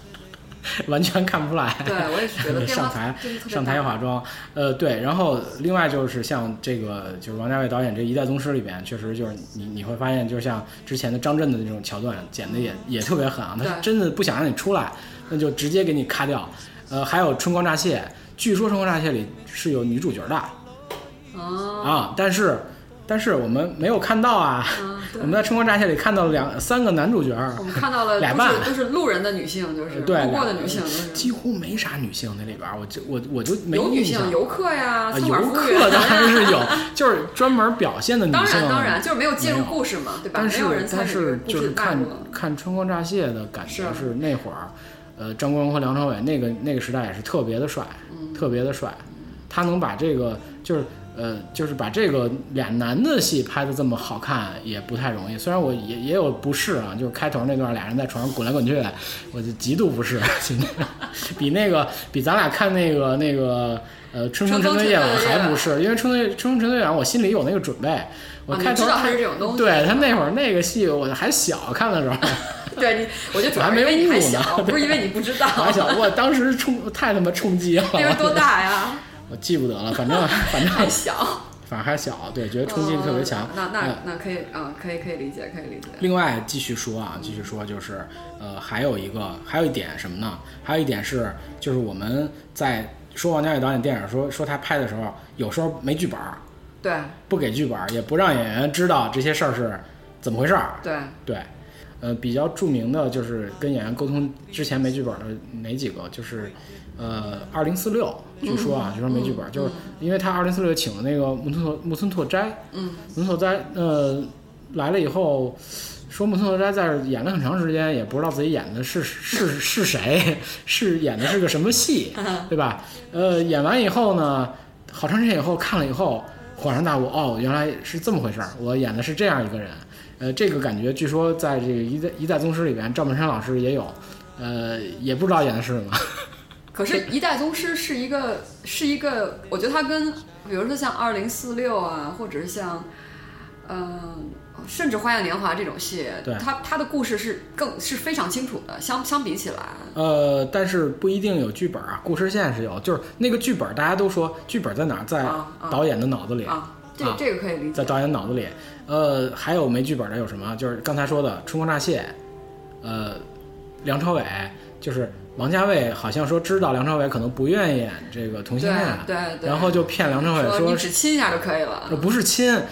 完全看不出来。对我也是觉得 变化上台真的特别大上台要化妆，呃，对，然后另外就是像这个，就是王家卫导演这《一代宗师》里边，确实就是你你会发现，就像之前的张震的那种桥段，剪的也也特别狠啊，他对真的不想让你出来，那就直接给你咔掉。呃，还有《春光乍泄》，据说《春光乍泄》里是有女主角的啊啊，但是但是我们没有看到啊， 啊，对嗯我，们在《春光乍泄》里看到了两三个男主角，我们看到 了俩都半是都是路人的女性，就是对，路过的俩女性，都是几乎没啥女性那里边儿，我就我我就没有女印象性游客呀，啊餐馆游服务客员当然呀，是 有，就是专门表现的女性。当然当然，，就是没有介没入有故事嘛，对吧？但没有人是参但与这个是故就是事脉看络。看《春光乍泄》的感觉是啊是那会儿，呃，张国荣和梁朝伟那个那个时代也是特别的帅，嗯特别的帅。他能把这个就是呃就是把这个俩男的戏拍的这么好看也不太容易。虽然我也也有不适啊，就是开头那段俩人在床上滚来滚去，我就极度不适， 其实比那个比咱俩看那个那个呃《春风沉春风醉沉夜晚醉的》还夜晚不是，因为《春风春风沉醉夜晚》我心里有那个准备，我啊你开头知道看它是这种东 西对他那会儿那个戏我还小看的时 候。对你，我觉得主要还是因没为你还悟呢小，不是因为你不知道，还小， 我当时冲太他妈冲击了，那时候多 大呀？我记不得了，反 正反正还小。反正还小，对，觉得冲击力特别强哦。那嗯那那可以啊，可以可以理解，可以理解。另外继续说啊，继续说就是，呃，还有一个，还有一点什么呢？还有一点是，就是我们在说王家卫导演电影说说他拍的时候，有时候没剧本儿，对不给剧本儿，也不让演员知道这些事儿是怎么回事儿。对，对，呃，比较著名的就是跟演员沟通之前没剧本的哪几个，就是呃，二零四六，据说啊，据说没剧本，就是因为他二零四六请了那个木村拓木村拓哉，嗯，木村拓哉，呃，来了以后，说木村拓哉在这儿演了很长时间，也不知道自己演的是是是谁， 是演的是个什么戏，对吧？呃，演完以后呢，好长时间以后看了以后，恍然大悟，哦，原来是这么回事儿，我演的是这样一个人。呃，这个感觉据说在这个一代一代宗师里边，赵本山老师也有，呃，也不知道演的是什么。可是，一代宗师是一个是一个，我觉得它跟比如说像二零四六啊，或者是像，嗯、甚至花样年华这种戏对，它它的故事是更是非常清楚的。相相比起来，呃，但是不一定有剧本啊，故事线是有，就是那个剧本，大家都说剧本在哪儿，在啊啊导演的脑子里，啊，这啊这个可以理在解。导演脑子里。呃，还有没剧本的有什么？就是刚才说的《春光乍泄》，呃，梁朝伟，就是王家卫，好像说知道梁朝伟可能不愿意演这个同性对恋，对对，然后就骗梁朝伟说说你只亲一下就可以了呃，。不是亲，呃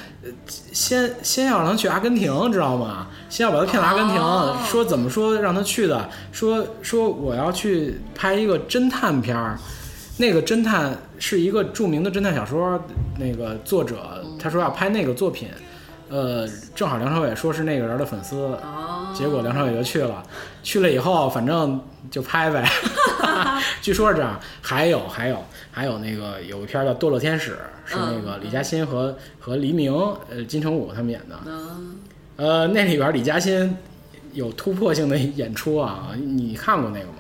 先先要让他去阿根廷，知道吗？先要把他骗到阿根廷，哦说怎么说让他去的，说说我要去拍一个侦探片儿，那个侦探是一个著名的侦探小说，那个作者他说要拍那个作品，呃，正好梁朝伟说是那个人的粉丝，哦，结果梁朝伟就去了，去了以后反正就拍 呗，据说是这样。还有还有还有那个有一片叫《堕落天使》，是那嗯个李嘉欣和、和黎明、呃金城武他们演的。嗯，呃，那里边李嘉欣有突破性的演出啊，你看过那个吗？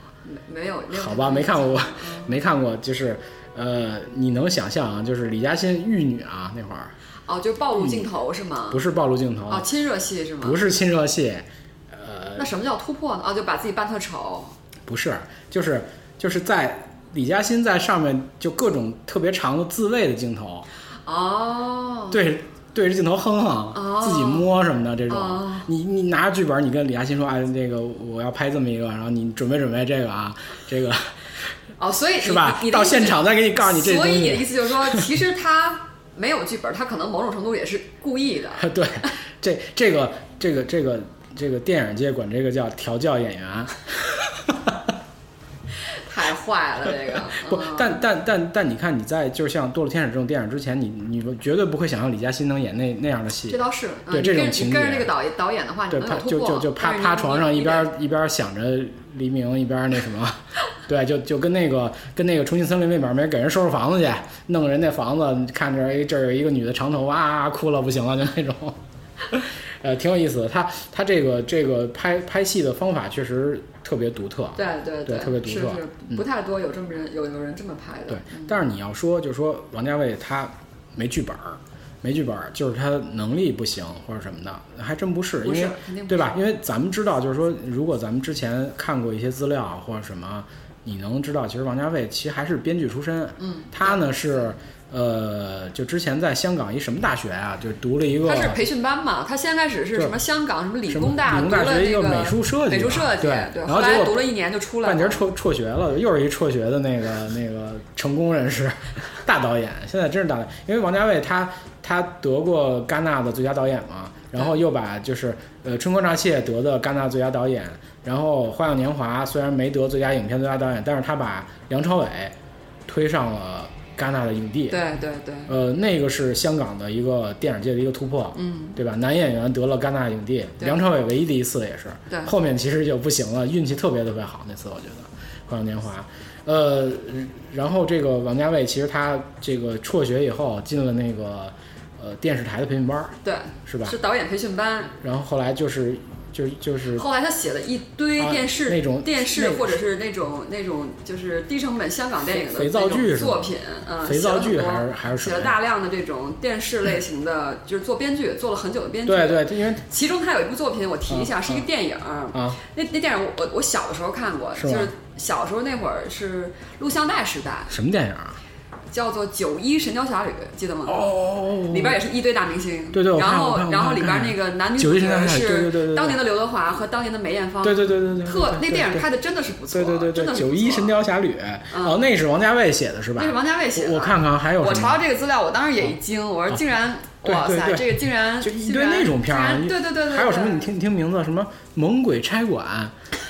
没没有没有好吧，没看过， 没看过，就是呃，你能想象啊，就是李嘉欣玉女啊那会儿哦，就是暴露镜头是吗？不是暴露镜头，哦，亲热戏是吗？嗯不是亲热戏，那什么叫突破呢？哦，就把自己扮特丑。不是，就是就是在李嘉欣在上面就各种特别长的自慰的镜头，哦，对对着镜头哼哼，哦自己摸什么的这种。哦你你拿着剧本，你跟李嘉欣说，哎，那个我要拍这么一个，然后你准备准备这个啊，这 个哦，所以你是吧你？的到意思现场再给你告诉你这东所以你的意西。思就是说，其实他没有剧本，他可能某种程度也是故意的。 对，这这个这个这个这个电影界管这个叫调教演员。太坏了，这个 不嗯，但但但但你看，你在就是像《堕落天使》这种电影之前，你你绝对不会想象李嘉欣能演那那样的戏这。倒是嗯对你这种跟情你跟着节这个导演导演的话，你对，能趴有就突破，就就趴但是你趴床上，你一边你儿一边儿想着黎明，一边儿那什么， 对，就就跟那个跟那个重庆森林那边没给人收拾房子去，弄人那房子，看着哎这儿有一个女的长头发啊，哭了不行了，就那种， 呃，挺有意思的。他他这个这个拍拍戏的方法确实特别独特，对对对特别独是特嗯是不太多有这么人有有人这么拍的，对，但是你要说，就是说王家卫他没剧本儿，没剧本儿就是他能力不行或者什么的，还真不是，不是因为肯定不对吧？因为咱们知道，就是说，如果咱们之前看过一些资料或者什么，你能知道，其实王家卫其实还是编剧出身。嗯，他呢是呃，就之前在香港一什么大学啊，就读了一个他是培训班嘛，他先开始是对什么香港什么理什么工理大读工大了学一那个个美术设计美术吧设计，对然后后结来果读了一年就出来半截了儿，辍辍学了，又是一辍学的那个那个成功人士， 大导演，现在真是大导演。因为王家卫他他得过戛纳的最佳导演嘛，然后又把就是呃《春光乍泄》得的戛纳最佳导演，然后《花样年华》虽然没得最佳影片、最佳导演，但是他把梁朝伟推上了戛纳的影帝。对对对，呃，那个是香港的一个电影界的一个突破，嗯，对吧？男演员得了戛纳影帝，对梁朝伟唯一的一次也是，对后面其实就不行了，运气特别特别好那次，我觉得《花样年华》。呃，然后这个王家卫其实他这个辍学以后进了那个呃电视台的培训班儿，对是吧是导演培训班，然后后来就是就就是后来他写了一堆啊电视、那种电视那或者是那种那种就是低成本香港电影的肥皂剧那种是吗作品，嗯，肥皂剧写了很多还是还是什写么呀了大量的这种电视类 型的，就是做编剧，做了很久的编剧。对，对，因为其中他有一部作品，我提一下，嗯是一个电影。啊那那电影我我我小的时候看过，是就吗是小时候那会儿是录像带时代，什么电影啊？叫做《九一神雕侠侣》，记得吗？哦里边也是一堆大明星，对对我看然我后看我然后看里边看那个男女九主一神雕角侠侣对对对对对是当年的刘德华和当年的梅艳芳，对对对对对，特对那电影拍的真的是不错，对对对真对，的《是不九错一神雕侠侣》嗯哦，那是王家卫写的是吧？那是王家卫写的我我看看还有我什查么到这个资料，我当时也一惊，我说竟然嗯对哇对塞，对这个竟然就一竟堆然那种片儿竟然对对对对，还有什么？对你听你听名字，什么《猛鬼差馆》，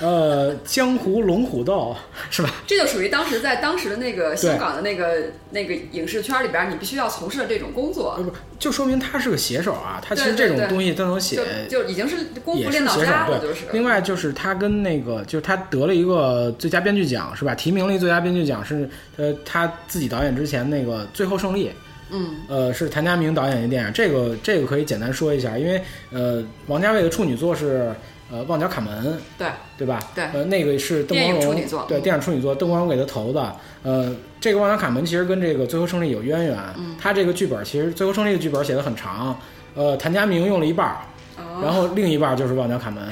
呃，《江湖龙虎斗》，是吧？这就属于当时在当时的那个香港的那个那个影视圈里边，你必须要从事的这种工作呃，不，就说明他是个写手啊。他其对实这对种对东西他能写，就就已经是功夫也是练到写手家了，对就是。另外就是他跟那个，就是他得了一个最佳编剧奖，是吧？提名了一最佳编剧奖是呃他自己导演之前那个《最后胜利》。嗯，呃，是谭家明导演的电影，这个这个可以简单说一下，因为呃，王家卫的处女作是呃《旺角卡门》，对对吧？对呃，那个是邓电光影荣处女作嗯对，电影处女作，邓光荣给他投的。呃，这个《旺角卡门》其实跟这个《最后胜利》有渊源，嗯他这个剧本其实《最后胜利》的剧本写的很长，呃，谭家明用了一半儿，哦，然后另一半儿就是《旺角卡 门》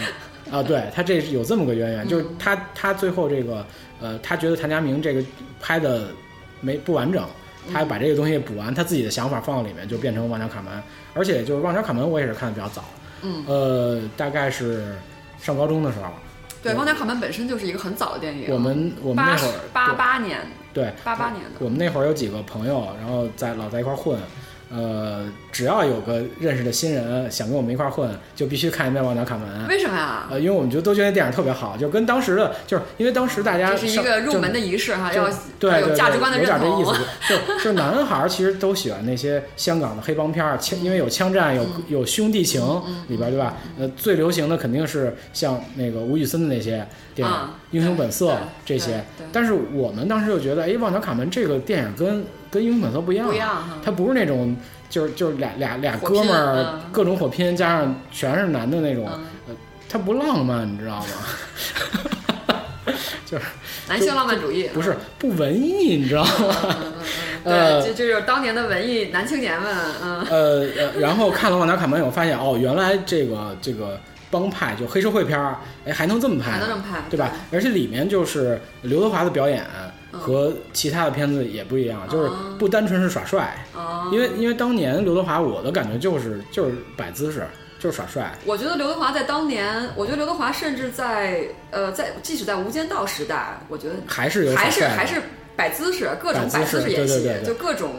啊，对他这是有这么个渊源，就是嗯他他最后这个呃，他觉得谭家明这个拍的没不完整，嗯他把这个东西补完，他自己的想法放到里面，就变成《旺角卡门》，而且就是《旺角卡门》我也是看的比较早，嗯，呃，大概是上高中的时候，对，《汪家卡门》本身就是一个很早的电影，嗯我们我们八那十会儿八八年对对八八年的，我们那会儿有几个朋友，然后在老在一块儿混，呃，只要有个认识的新人想跟我们一块儿混，就必须看一遍《旺角卡门》。为什么呀？呃，因为我们觉得都觉得那电影特别好，就跟当时的，就是因为当时大家这是一上个入就门的仪式哈，就要对要对有对价值观的有认点这意同啊思，，就就男孩儿其实都喜欢那些香港的黑帮片儿，枪因为有枪战，有嗯有兄弟情里边儿，对吧？呃，最流行的肯定是像那个吴宇森的那些电影，《啊英雄本色这对》些对对。但是我们当时就觉得，哎，《旺角卡门》这个电影跟跟《英雄本色》不一样啊，不一 样哈它不是那种。就是就是俩俩俩火哥们拼儿嗯各种火拼，加上全是男的那种，嗯呃，它不浪漫，你知道吗？男性浪漫主义 嗯不是不文艺，你知道吗？ 对，呃这这就是当年的文艺男青年们，嗯，呃，呃，然后看了《旺达卡门》以后，发现哦，原来这个这个帮派就黑社会片儿，哎，还能这么拍，还能这么拍，对吧？？而且里面就是刘德华的表演嗯和其他的片子也不一样，就是哦不单纯是耍帅，哦，因为因为当年刘德华，我的感觉就是就是摆姿势，就是耍帅。我觉得刘德华在当年，我觉得刘德华甚至在呃，在即使在《无间道》时代，我觉得还是有耍还是帅的，还是摆姿势，各种摆摆姿势势演戏对对，对对就各种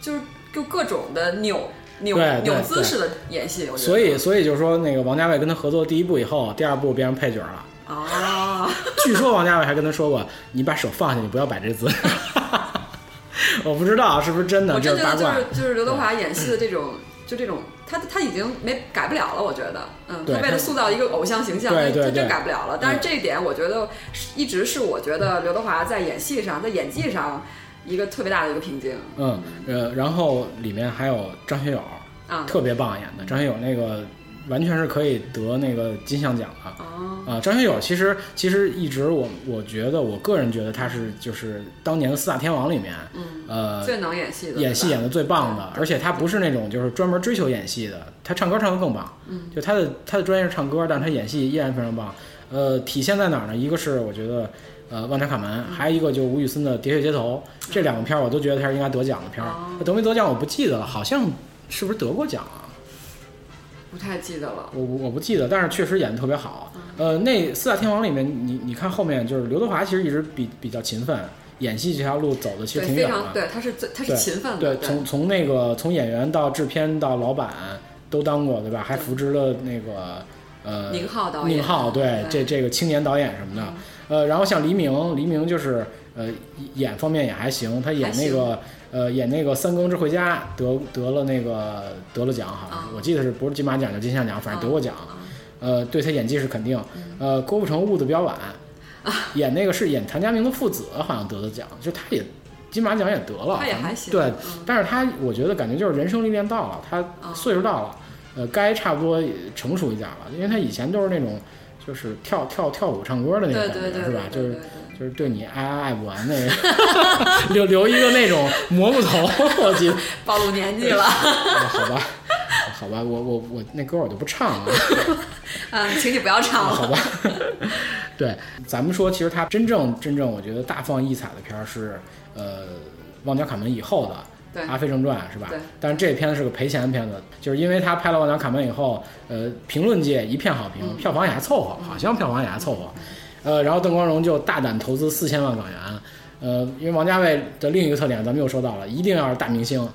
就是就各种的扭扭对对扭姿势的演戏，我觉得。所以所以就是说，那个王家卫跟他合作第一部以后，第二部变成配角了。啊，据说王家卫还跟他说过：“你把手放下，你不要摆这姿势。” 我不知道啊是不是真的，我真这是觉得八就卦。是就是刘德华演戏的这种。就这种，他他已经没改不了了，我觉得，嗯，他对为了他塑造一个偶像形象，对他对他真对嗯改不了了。但是这一点，我觉得是一直是我觉得刘德华在演戏上，在演技上一个特别大的一个瓶颈嗯，呃，然后里面还有张学友，啊。特别棒演的。张学友那个完全是可以得那个金像奖的。哦，啊、张学友其实其实一直我我觉得我个人觉得他是就是当年的四大天王里面，嗯呃，最能演戏的，演戏对吧演的最棒的，而且他不是那种就是专门追求演戏的，他唱歌唱的更棒。嗯，就他的他的专业是唱歌，但是他演戏依然非常棒。呃，体现在哪儿呢？一个是我觉得，呃，《旺达卡门》，嗯还有一个就是吴宇森的《喋血街头》，这两个片儿我都觉得他是应该得奖的片儿。哦得没得奖我不记得了，好像是不是得过奖啊？不太记得了。我我不记得，但是确实演的特别好。嗯呃，那四大天王里面，你你看后面就是刘德华，其实一直比比较勤奋，演戏这条路走的其对实，挺非远的常。对，他是最他是对勤奋的，对，对从从那个从演员到制片到老板都当过，对吧？还扶植了那个呃宁浩导演宁浩对对嗯这这个青年导演什么的，呃，然后像黎明，黎明就是呃演方面也还行，他演还行那个呃演那个《三更之回家》得得了那个得了奖，好像是、啊我记得是不是金马奖就金像奖，反正得过奖，啊嗯呃，对他演技是肯定，呃，郭富城《雾的标晚》演那个是演谭家明的父子，好像得的奖，就他也金马奖也得了，他也还行对，嗯但是他我觉得感觉就是人生历练到了，啊他岁数到了，呃，该差不多也成熟一点了，因为他以前都是那种就是跳跳跳舞唱歌的那对种感对对觉，对，是吧？对就是对对就是对你爱爱爱不完那个， 留留一个那种蘑菇头，我记得。暴露年纪 了，啊好吧，好吧，我我我那歌我就不唱了。嗯，请你不要唱好了。吧。 对，咱们说，其实他真正真正我觉得大放异彩的片儿是呃《旺角卡门》以后的。对阿飞正传》是吧对？但是这片子是个赔钱的片子，就是因为他拍了《旺角卡门》以后，呃，评论界一片好评，嗯票房也还凑合，好像票房也还凑合。呃，然后邓光荣就大胆投资四千万港元，呃，因为王家卫的另一个特点，咱们又说到了，一定要是大明星，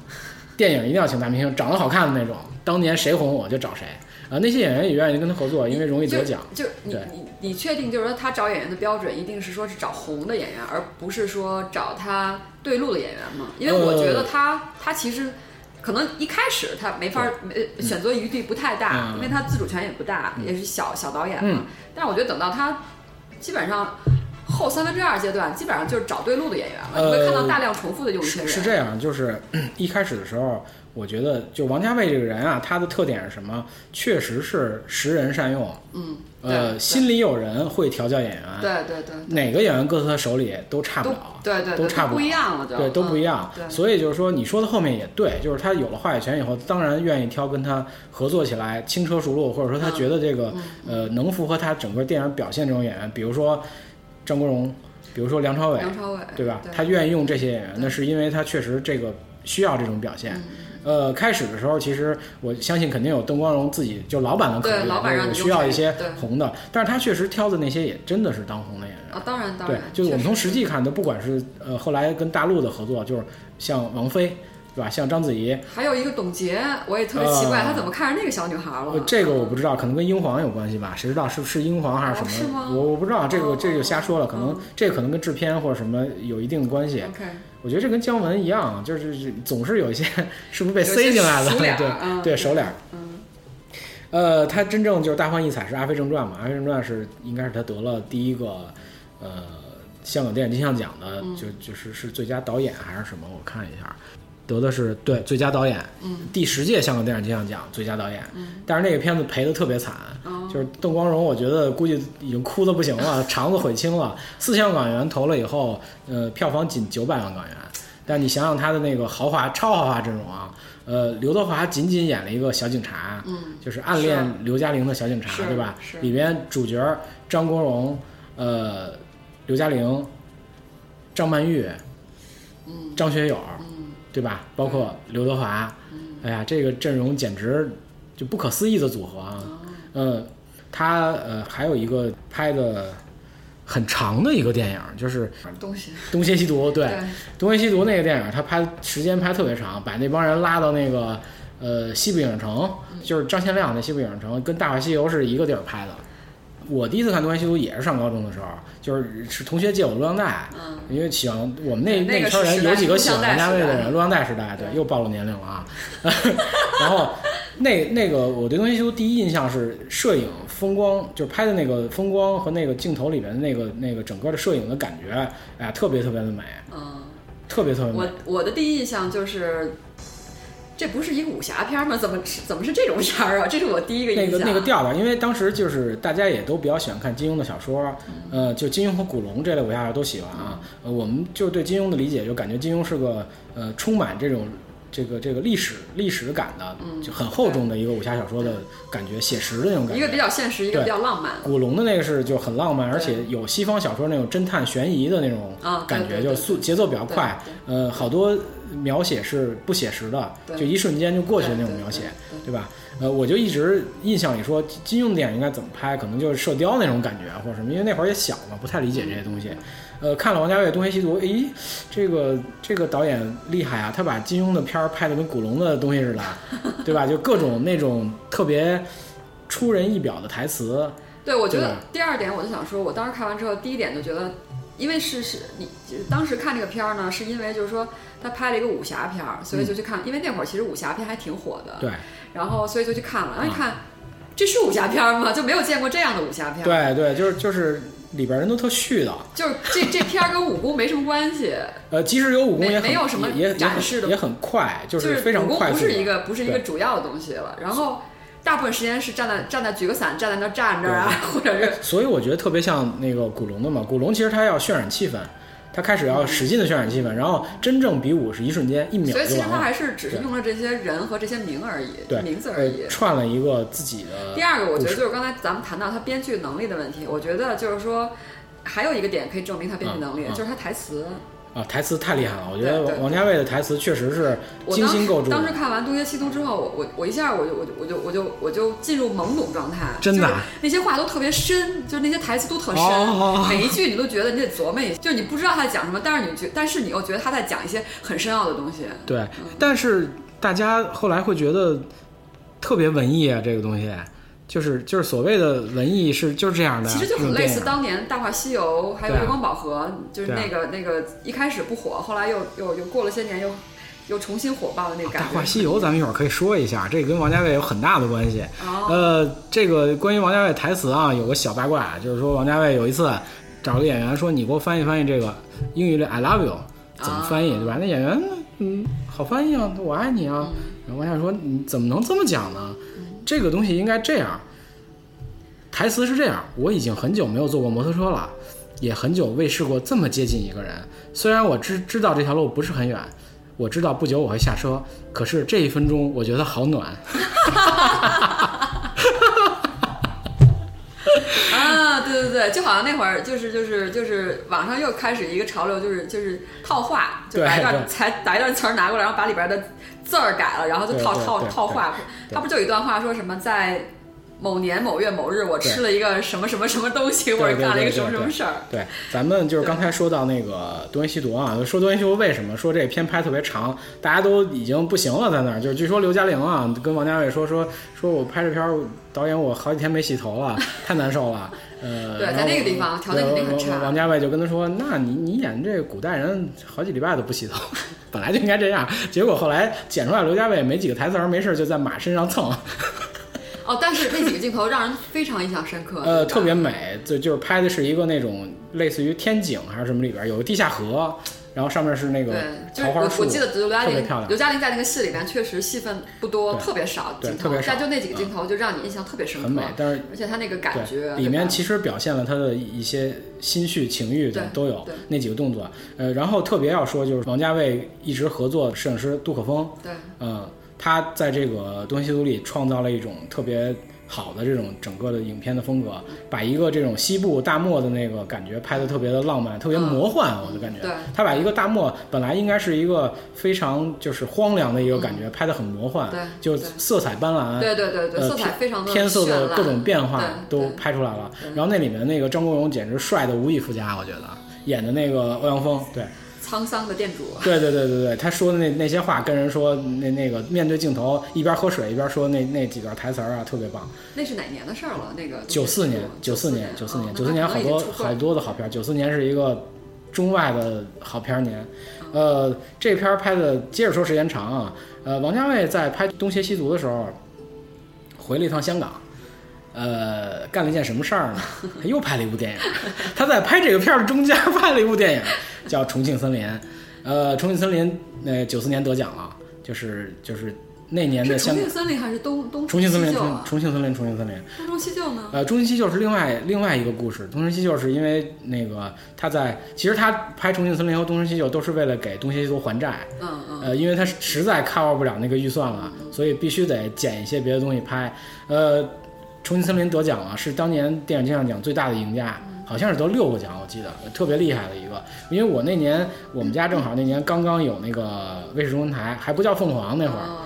电影一定要请大明星，长得好看的那种。当年谁红我就找谁啊！那些演员也愿意跟他合作，因为容易得奖。就你对你你确定就是说他找演员的标准一定是说是找红的演员，而不是说找他对路的演员吗？因为我觉呃得他、他其实可能一开始他没法呃选择余地不太大，嗯因为他自主权也不大，也是小小导演嘛。嗯但是我觉得等到他基本上。后三分之二阶段，基本上就是找对路的演员了，你会看到呃大量重复的用一些是人。是这样，就是 一开始的时候，我觉得就王家卫这个人啊，他的特点是什么？确实是识人善用，嗯，呃，对心里有人会调教演员。对对对，哪个演员搁他手里都差不都了，对对都对，差不不了一样了就，对，都不一样。样。嗯对所以就是说，你说的后面也对，就是他有了话语权以后，当然愿意挑跟他合作起来轻车熟路，或者说他嗯觉得这个、呃能符合他整个电影表现这种演员，比如说张国荣，比如说梁朝伟，梁朝伟对吧？对他愿意用这些演员，那是因为他确实这个需要这种表嗯现。呃，开始的时候，其实我相信肯定有邓光荣自己就老板的考虑，对老板就是让我你需用要谁一些对红的，但是他确实挑的那些也真的是当红的演员。啊，当然当对然，，就是我们确从实际看的，不管是呃后来跟大陆的合作，就是像王菲，对吧？像章子怡，还有一个董洁，我也特别奇怪，啊她怎么看上那个小女孩了呃？这个我不知道，可能跟英皇有关系吧？谁知道是是英皇还哦是是什么？吗我我不知道，这个哦这个就瞎说了，可能、哦这可能跟制片或者什么有一定的关系。 OK，我觉得这跟姜文一样，啊就是是总是有一些是不是被有一塞些进来了？熟脸儿对、嗯对，对熟脸儿。嗯，呃，他真正就是大放异彩是《阿飞正传》嘛，《阿飞正传是》应该是他得了第一个呃香港电影金像奖的，嗯就就是是最佳导演还是什么？我看一下，得的是对最佳导演，嗯，第十届香港电影金像奖最佳导演。但是那个片子赔的特别惨，哦就是邓光荣，我觉得估计已经哭的不行 了，肠子悔青了。四千万港元投了以后，呃，票房仅九百万港元。但你想想他的那个豪华、超豪华阵容啊，呃，刘德华仅仅演了一个小警察，嗯，就是暗恋刘嘉玲的小警察，是对吧是？里边主角张国荣、呃，刘嘉玲、张曼玉、嗯张学友，嗯对吧？包括刘德华，哎呀，这个阵容简直就不可思议的组合啊！嗯，他呃还有一个拍的很长的一个电影，就是东西， 《东邪西毒》。嗯对，对东邪西毒》那个电影，他拍时间拍特别长，把那帮人拉到那个呃西部影城，就是张贤亮那西部影城，跟《大话西游》是一个地儿拍的。我第一次看《东邪西毒》也是上高中的时候，就是是同学借我录像带，嗯因为喜欢我们那对个那个圈人是时代有几个喜欢录王像带家卫的时代人，录像带时代，对，对又暴露年龄了啊。 然后那那个我对东邪西毒第一印象是摄影风光，就是拍的那个风光和那个镜头里面的那个那个整个的摄影的感觉，哎呀，特别特别的美，嗯，特别特别美我。我的第一印象就是，这不是一个武侠片吗？怎么是怎么是这种片儿啊？这是我第一个那印个象。那个调调，因为当时就是大家也都比较喜欢看金庸的小说，呃，就金庸和古龙这类武侠小说都喜欢啊。呃，我们就对金庸的理解就感觉金庸是个呃充满这种这个这个历史历史感的，就很厚重的一个武侠小说的感觉，写实的那种感觉。嗯一个比较现实，一个对比较浪漫。古龙的那个是就很浪漫，对而且有西方小说那种侦探悬疑的那种啊对感觉，对就对速对节奏比较快，呃，好多描写是不写实的，对就一瞬间就过去的那种描写，对对吧？呃，我就一直印象里说金庸电影应该怎么拍，可能就是射雕那种感觉啊或者什么，因为那会儿也小嘛，不太理解这些东嗯西。呃，看了王家卫《东邪西毒》，咦，这个这个导演厉害啊，他把金庸的片儿拍的跟古龙的东西似的，对吧？就各种那种特别出人意表的台词，对，我觉对得吧第二点，我就想说，我当时看完之后，第一点就觉得，因为是是你就是当时看这个片儿呢，是因为就是说他拍了一个武侠片儿，嗯所以就去看，因为那会儿其实武侠片还挺火的，对。然后所以就去看了，嗯然后一看，这是武侠片儿吗？就 没有见过这样的武侠片儿，，对对，就是就是里边人都特絮叨，就是这这片儿跟武功没什么关系，呃，即使有武功没也很没有什么也也展很示的也很快， 就就是是非常武功快不速的。是一个不是一个对主要的东西了，然后大部分时间是站在站在举个伞站在那儿站着啊， 或者是所以我觉得特别像那个古龙的嘛，古龙其实他要渲染气氛，他开始要使劲的渲染气氛，然后真正比武是一瞬间一秒嗯所以就其实完他了还。是只是对用了这些人和这些名而已，对，名字而已呃，。串了一个自己的。第二个，我觉得就是刚才咱们谈到他编剧能力的问题，我觉得就是说，还有一个点可以证明他编剧能力，嗯嗯就是他台词。啊，台词太厉害了，我觉得对对对王家卫的台词确实是我精当心时构筑当时的。看完《东邪西毒》之后，我我我一下我就我就我就我就我就进入懵懂状态，真的啊就是那些话都特别深，就是那些台词都特深，哦每一句你都觉得你得琢磨一下，就是你啊不知道他在讲什么，但是你觉但是你又觉得他在讲一些很深奥的东西。对，但是大家后来会觉得特别文艺啊，这个东西。就是就是所谓的文艺是就是这样的，其实就很类似的。当年《大话西游》还有《对啊月光宝盒》，就是啊对啊那个那个一开始不火，后来又又又过了些年又又重新火爆的那个啊大感觉。话西游，咱们一会儿可以说一下，这个跟王家卫有很大的关系。哦，呃，这个关于王家卫台词啊，有个小八卦，就是说王家卫有一次找个演员说：“你给我翻译翻译这个英语里 ‘I love 哦 you’ 怎么翻译，对吧？”那演员嗯，好翻译啊，我爱你啊。然后王家卫说：“你怎么能这么讲呢？嗯这个东西应该这样。”台词是这样：我已经很久没有坐过摩托车了，也很久未试过这么接近一个人。虽然我知知道这条路不是很远，我知道不久我会下车，可是这一分钟我觉得好暖。啊，对对对，就好像那会儿就是就是就是网上又开始一个潮流，就是就是套话，就对把一段对才把一段词儿拿过来，然后把里边的字儿改了，然后就对套对套对套对话。他不就有一段话说什么在某年某月某日，我对吃了一个什么什么什么东西，对或者对干了一个对什么对什么对事儿。对，咱们就是刚才说到那个多元吸毒啊，说多元吸毒为什么说这片拍特别长，大家都已经不行了，在那儿就是据说刘嘉玲啊跟王家卫说说说我拍这片儿，导演我好几天没洗头了，太难受了。呃， 对然在后那个地方条件肯定很对王差王家卫就跟他说：“那你你演这古代人好几礼拜都不洗头， 本来就应该这样。”结果后来剪出来，刘家卫没几个台词儿，没事儿就在马身上蹭，哦，但是那几个镜头让人非常印象深刻。呃，对吧特别美，就就是拍的是一个那种类似于天井还是什么里边儿有个地下河，然后上面是那个对，就桃是花我树，我记得刘嘉特别玲漂，亮刘嘉玲在那个戏里边确实戏份不多，对特别少对镜特头别，少嗯但就那几个镜头就让你印象特别深很刻美，，但是而且他那个感觉对里面对吧其实表现了他的一些心绪、情欲等对都有对那几个动作。呃，然后特别要说就是王家卫一直合作摄影师杜可风，对嗯，他在这个《东西都里创造了一种特别好的这种整个的影片的风格，把一个这种西部大漠的那个感觉拍得特别的浪漫，特别魔幻，我的感觉。嗯对他把一个大漠本来应该是一个非常就是荒凉的一个感觉，拍得很魔幻，嗯对就对色彩斑斓，对对对对，呃色彩非常的天色绚的烂各种变化对都对拍出来了。然后那里面那个张国荣简直帅的无以复加，我觉得演的那个欧阳锋，对。沧桑的店主，对对对对对，他说的那那些话，跟人说那那个面对镜头，一边喝水一边说那那几段台词儿啊，特别棒。那是哪年的事儿了？那个哦九四年，九九四年，九四年，九四年，好多好多多的好片儿。九四年是一个中外的好片儿年。呃，这片儿拍的，接着说时间长啊。呃，王家卫在拍《东邪西毒》的时候，回了一趟香港，呃，干了一件什么事儿呢？他又拍了一部电影。他在拍这个片儿的中间儿拍了一部电影，叫《重庆森林》。呃，《重庆森林》呃九四年得奖了，就是就是那年的是香重港庆。森林还是东东重庆森林，西重旧啊？重庆森林，重庆森林。东成西就呢？呃，《中西就是另外另外一个故事，《东成西就》是因为那个他在，其实他拍《重庆森林》和《东成西就》都是为了给东邪西毒还债，嗯嗯，呃，因为他实在 cover 不了那个预算了，所以必须得捡一些别的东西拍。呃，《重庆森林》得奖了，是当年电影金像奖最大的赢家，嗯好像是得六个奖，我记得特别厉害的一个。因为我那年我们家正好那年刚刚有那个卫视中文台，还不叫凤凰那会儿，哦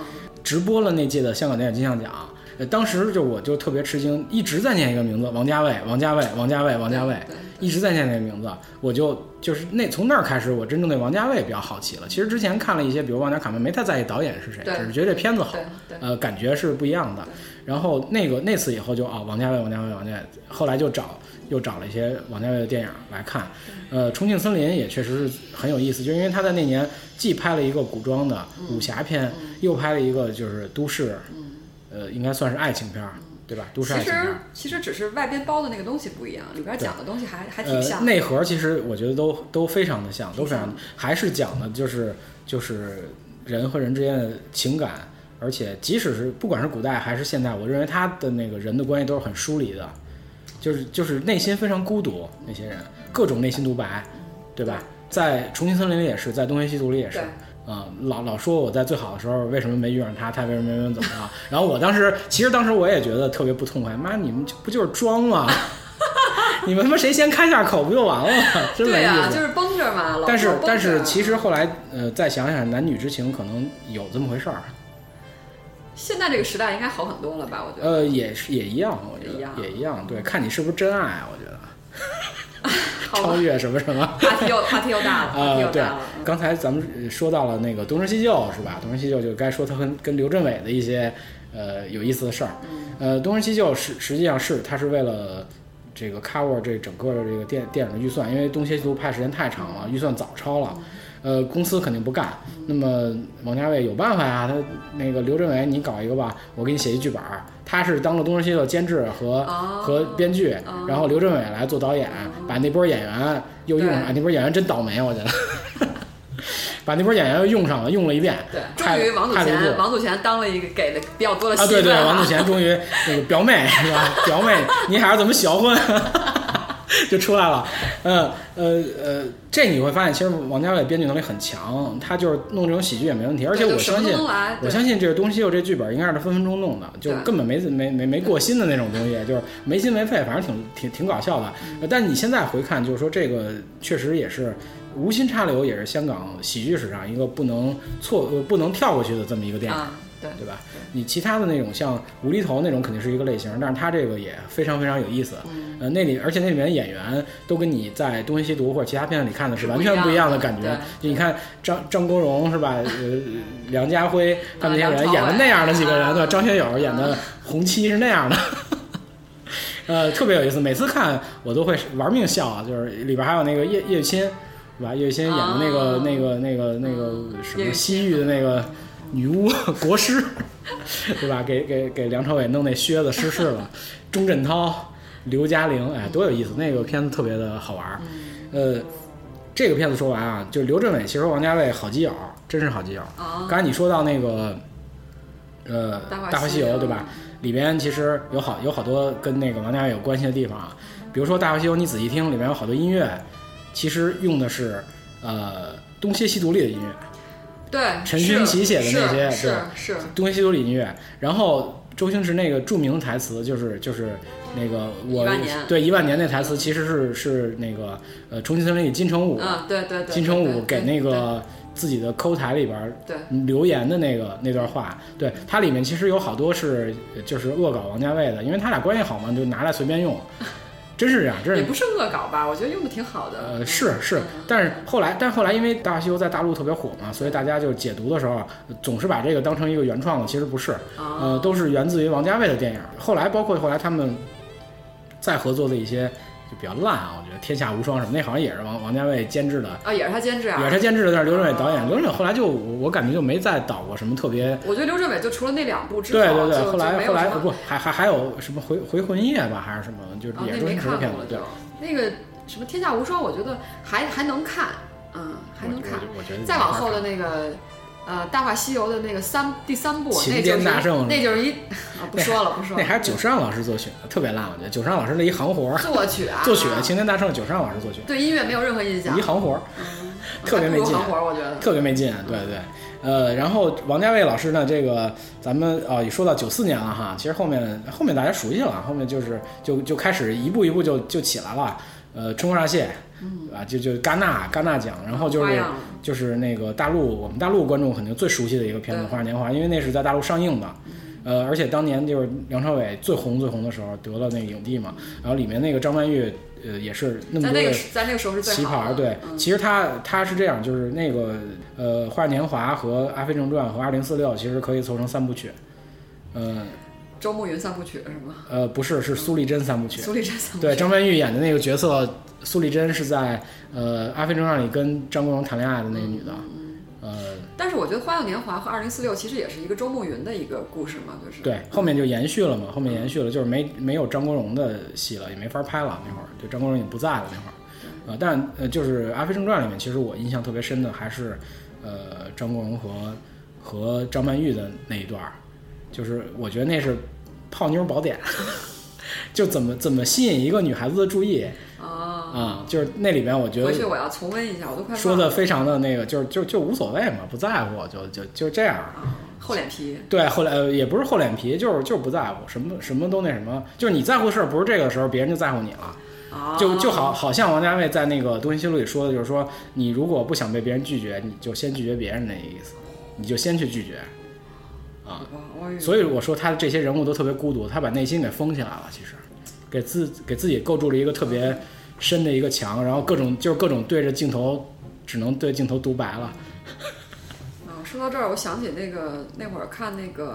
直播了那届的香港电影金像奖。呃，当时就我就特别吃惊，一直在念一个名字，王家卫，王家卫，王家卫，王家卫，对一直在念那个名字。我就就是那从那儿开始，我真正对王家卫比较好奇了。其实之前看了一些，比如《旺角卡门》，没太在意导演是谁，对只是觉得这片子好对，对呃，感觉是不一样的。然后那个那次以后就啊、王家卫，王家卫，王家卫，后来就找又找了一些王家卫的电影来看。呃，《重庆森林》也确实是很有意思，就因为他在那年既拍了一个古装的嗯武侠片，又拍了一个就是都市，呃，应该算是爱情片儿，对吧？都市爱其情片实儿。其实只是外边包的那个东西不一样，里边讲的东西还还挺呃，像。内核其实我觉得都都非常的像，都非常还是讲的就是就是人和人之间的情感，而且即使是不管是古代还是现代，我认为他的那个人的关系都是很疏离的，就是就是内心非常孤独，那些人各种内心独白，对吧？在《重庆森林》里也是，在《东邪西毒》里也是对，啊、老老说我在最好的时候为什么没遇上他，他为什么没怎么着？然后我当时其实当时我也觉得特别不痛快，妈你们就不就是装吗？ 你们他妈谁先开下口不就完了吗？真没对意啊，思。就是绷着嘛，老但是老啊绷但是着其实后来呃再想想，男女之情可能有这么回事儿，现在这个时代应该好很多了吧？我觉得。呃也是也一样，我觉也一样啊哦得也一样，对，看你是不是真爱，我觉得。好吧超越什么什么。话题又话题又大 了，话题啊，又对大了。，刚才咱们说到了那个东成西就，是吧？东成西就就该说他跟跟刘镇伟的一些呃有意思的事儿。呃，东成西就是实际上是他是为了这个 cover 这整个的这个电电影的预算，因为东邪西毒拍时间太长了，预算早超了。嗯呃，公司肯定不干，那么王家卫有办法呀、他那个刘镇伟，你搞一个吧，我给你写一剧本儿。他是当了《东成西就》监制和、哦和编剧，然后刘镇伟来做导演，把那波演员又用上，对哎那波演员真倒霉，我觉得， 把那波演员又用上了，用了一遍，对，太终于王祖太离谱贤，了王祖贤当了一个给的比较多的戏啊，份对对，啊王祖贤终于那个表妹是吧？表妹，你还是怎么小混？ 就出来了，嗯呃呃，这你会发现，其实王家卫编剧能力很强，他就是弄这种喜剧也没问题。而且对我就什么相都信，能来，我对相信这个东西有这剧本应该是他分分钟弄的，就对根本没没没没过心的那种东西，就是没心没肺，反正挺挺挺搞笑的。嗯呃但你现在回看，就是说这个确实也是无心插柳，也是香港喜剧史上一个不能错呃不能跳过去的这么一个电影。啊，对，对吧？你其他的那种像无厘头那种肯定是一个类型，但是它这个也非常非常有意思。嗯呃，那里而且那里面演员都跟你在《东邪西毒》或者其他片子里看的是完全是不不一一样样的的感觉就对。你看张张国荣是吧？呃，梁家 辉他们那些啊梁人朝演的那样的伟几个人，对吧？啊张学友演的红七是那样的。 呃，特别有意思，每次看我都会玩命笑啊！就是里边还有那个叶叶玉卿，是吧？叶玉卿演的那个、哦那个、那个、那个什叶玉么卿西域的那个女巫国师，对吧？给给给梁朝伟弄那靴子失事了，钟镇涛、刘嘉玲，哎，多有意思！那个片子特别的好玩儿。呃，这个片子说完啊，就是刘镇伟其实王家卫好基友，真是好基友。啊，刚才你说到那个，呃，大话《大话西西游游》对吧？里边其实有好有好多跟那个王家卫有关系的地方啊，比如说《大话西游》，你仔细听，里面有好多音乐，其实用的是呃《东邪西毒》里的音乐，对，陈是勋奇写的那些是对是是《东邪西毒》里的音乐，然后周星驰那个著名的台词就是就是那个我一万年对一万年那台词其实是是那个呃《重庆森林》里金城武、嗯，对对对，金城对武给那个自己的抠台里边儿对留言的那个那段话，对它里面其实有好多是就是恶搞王家卫的，因为他俩关系好嘛，就拿来随便 用，真是这样，真对是也不是恶搞吧，我觉得用的挺好的，嗯呃，是是，但是后来，但是后来因为《大话西游》在大陆特别火嘛，所以大家就解读的时候呃总是把这个当成一个原创的，其实不是，啊呃，都是源自于王家卫的电影。后来包括后来他们再合作的一些就比较烂啊，我觉得《天下无双》什么那好像也是王王家卫监制的，啊，也是他监制啊，也是他监制的，但是刘镇伟导演。刘镇伟后来就我我感觉就没再导过什么特别。我觉得刘镇伟就除了那两部之对后对对，就后就来没后有来什么不还还还有什么回回魂夜吧，还是什么，就是啊，也那是周没星驰看的片过子了，对就。那个什么《天下无双》，我觉得还还能看，嗯，还我能觉看得。我觉得再没往法后看的那个呃《大话西游》的那个三第三部，秦那就天是大圣那就是一啊，不说了不说那了，还是九十让老师作曲的，特别烂，我觉得九十让老师的一行活儿，作曲啊，作曲《青天大圣》九十让老师作 曲，对音乐没有任何印象一，行活儿，嗯特别还没不如劲行活儿，我觉得。特别没劲，嗯对对。呃，然后王家卫老师呢，这个咱们啊、也说到九四年了哈，其实后面后面大家熟悉了，后面就是就就开始一步一步就就起来了，呃，春光乍泄，啊，就就戛纳戛纳奖，然后就嗯花是样了就是那个大陆我们大陆观众肯定最熟悉的一个片子《对嗯花样年华》，因为那是在大陆上映的，呃，而且当年就是梁朝伟最红最红的时候得了那个影帝嘛，然后里面那个张曼玉，呃，也是那么在多那的个时在那个时候是旗最好袍，的，嗯对，其实他他是这样，就是那个呃，《花样年华》和《阿飞正传》和《二零四六》其实可以凑成三部曲，呃周慕云三部曲是吗？呃，不是，是苏丽珍三部曲，苏丽珍三部对，曲，张曼玉演的那个角色苏丽珍是在呃《阿飞正传》里跟张国荣谈恋爱的那个女的，嗯呃，但是我觉得《花样年华》和《二零四六》其实也是一个周慕云的一个故事嘛，就是对，后面就延续了嘛，后面延续了，就是没没有张国荣的戏了，也没法拍了。那会儿就张国荣也不在了那会儿，呃，但呃，就是《阿飞正传》里面，其实我印象特别深的还是，呃，张国荣和和张曼玉的那一段儿，就是我觉得那是泡妞宝典， 就怎么怎么吸引一个女孩子的注意啊，啊、就是那里边我觉得回去我要重温一下，我都快说忘了的非常的那个，就是就就无所谓嘛，不在乎，就就就这样。啊，厚脸皮，对，后来呃也不是厚脸皮，就是就是不在乎，什么什么都那什么，就是你在乎的事儿不是这个的时候，别人就在乎你了，啊，就就好好像王家卫在那个《东邪西录》里说的，就是说你如果不想被别人拒绝，你就先拒绝别人的意思，你就先去拒绝。哇，我以为所以我说他的这些人物都特别孤独，他把内心给封起来了，其实给自给自己构筑了一个特别深的一个墙，然后各种就是各种对着镜头，只能对镜头独白了。啊，说到这儿，我想起那个那会儿看那个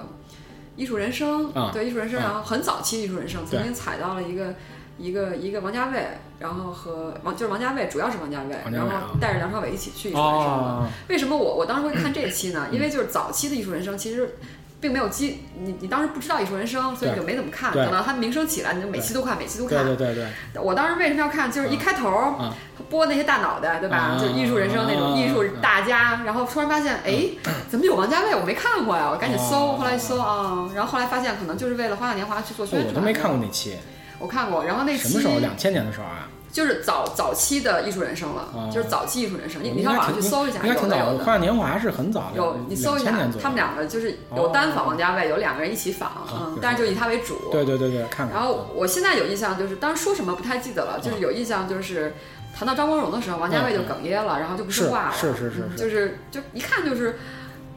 《艺术人生》啊对《艺术人生》啊然后很早期《艺术人生》对曾经踩到了一个一个一个王家卫，然后和王就是王家卫，主要是王家卫，王家然卫后啊带着梁朝伟一起去《艺术人生》嘛。哦，为什么我我当时会看这期呢？因为就是早期的《艺术人生》其实。并没有记你，你当时不知道《艺术人生》，所以你对就没怎么看。对等到他名声起来，你就每期都看，每期都对看。对对对，我当时为什么要看？就是一开头、嗯播那些大脑袋，对吧？啊就是艺术人生那种啊艺术大家，然后突然发现，哎，怎么有王家卫？我没看过呀，我赶紧搜，哦后来一搜啊，然后后来发现可能就是为了《花样年华》去做宣哦传。我都没看过那期，我看过。然后那什期么时候？两千年的时候啊？就是早早期的艺术人生了，哦就是早期艺术人生。你应你该上网上挺去搜一下，应该有挺的早有的。《的花。样年华》是很早，有你搜一下2000年左，右他们两个就是有单访王家卫，有两个人一起访，啊嗯对，但是就以他为主。对对对对，看看。然后我现在有印象就是，当时说什么不太记得了，就是哦有印象就是谈到张国荣的时候，王家卫就哽咽了，然后就不说话了，嗯是是是是嗯是就是就一看就是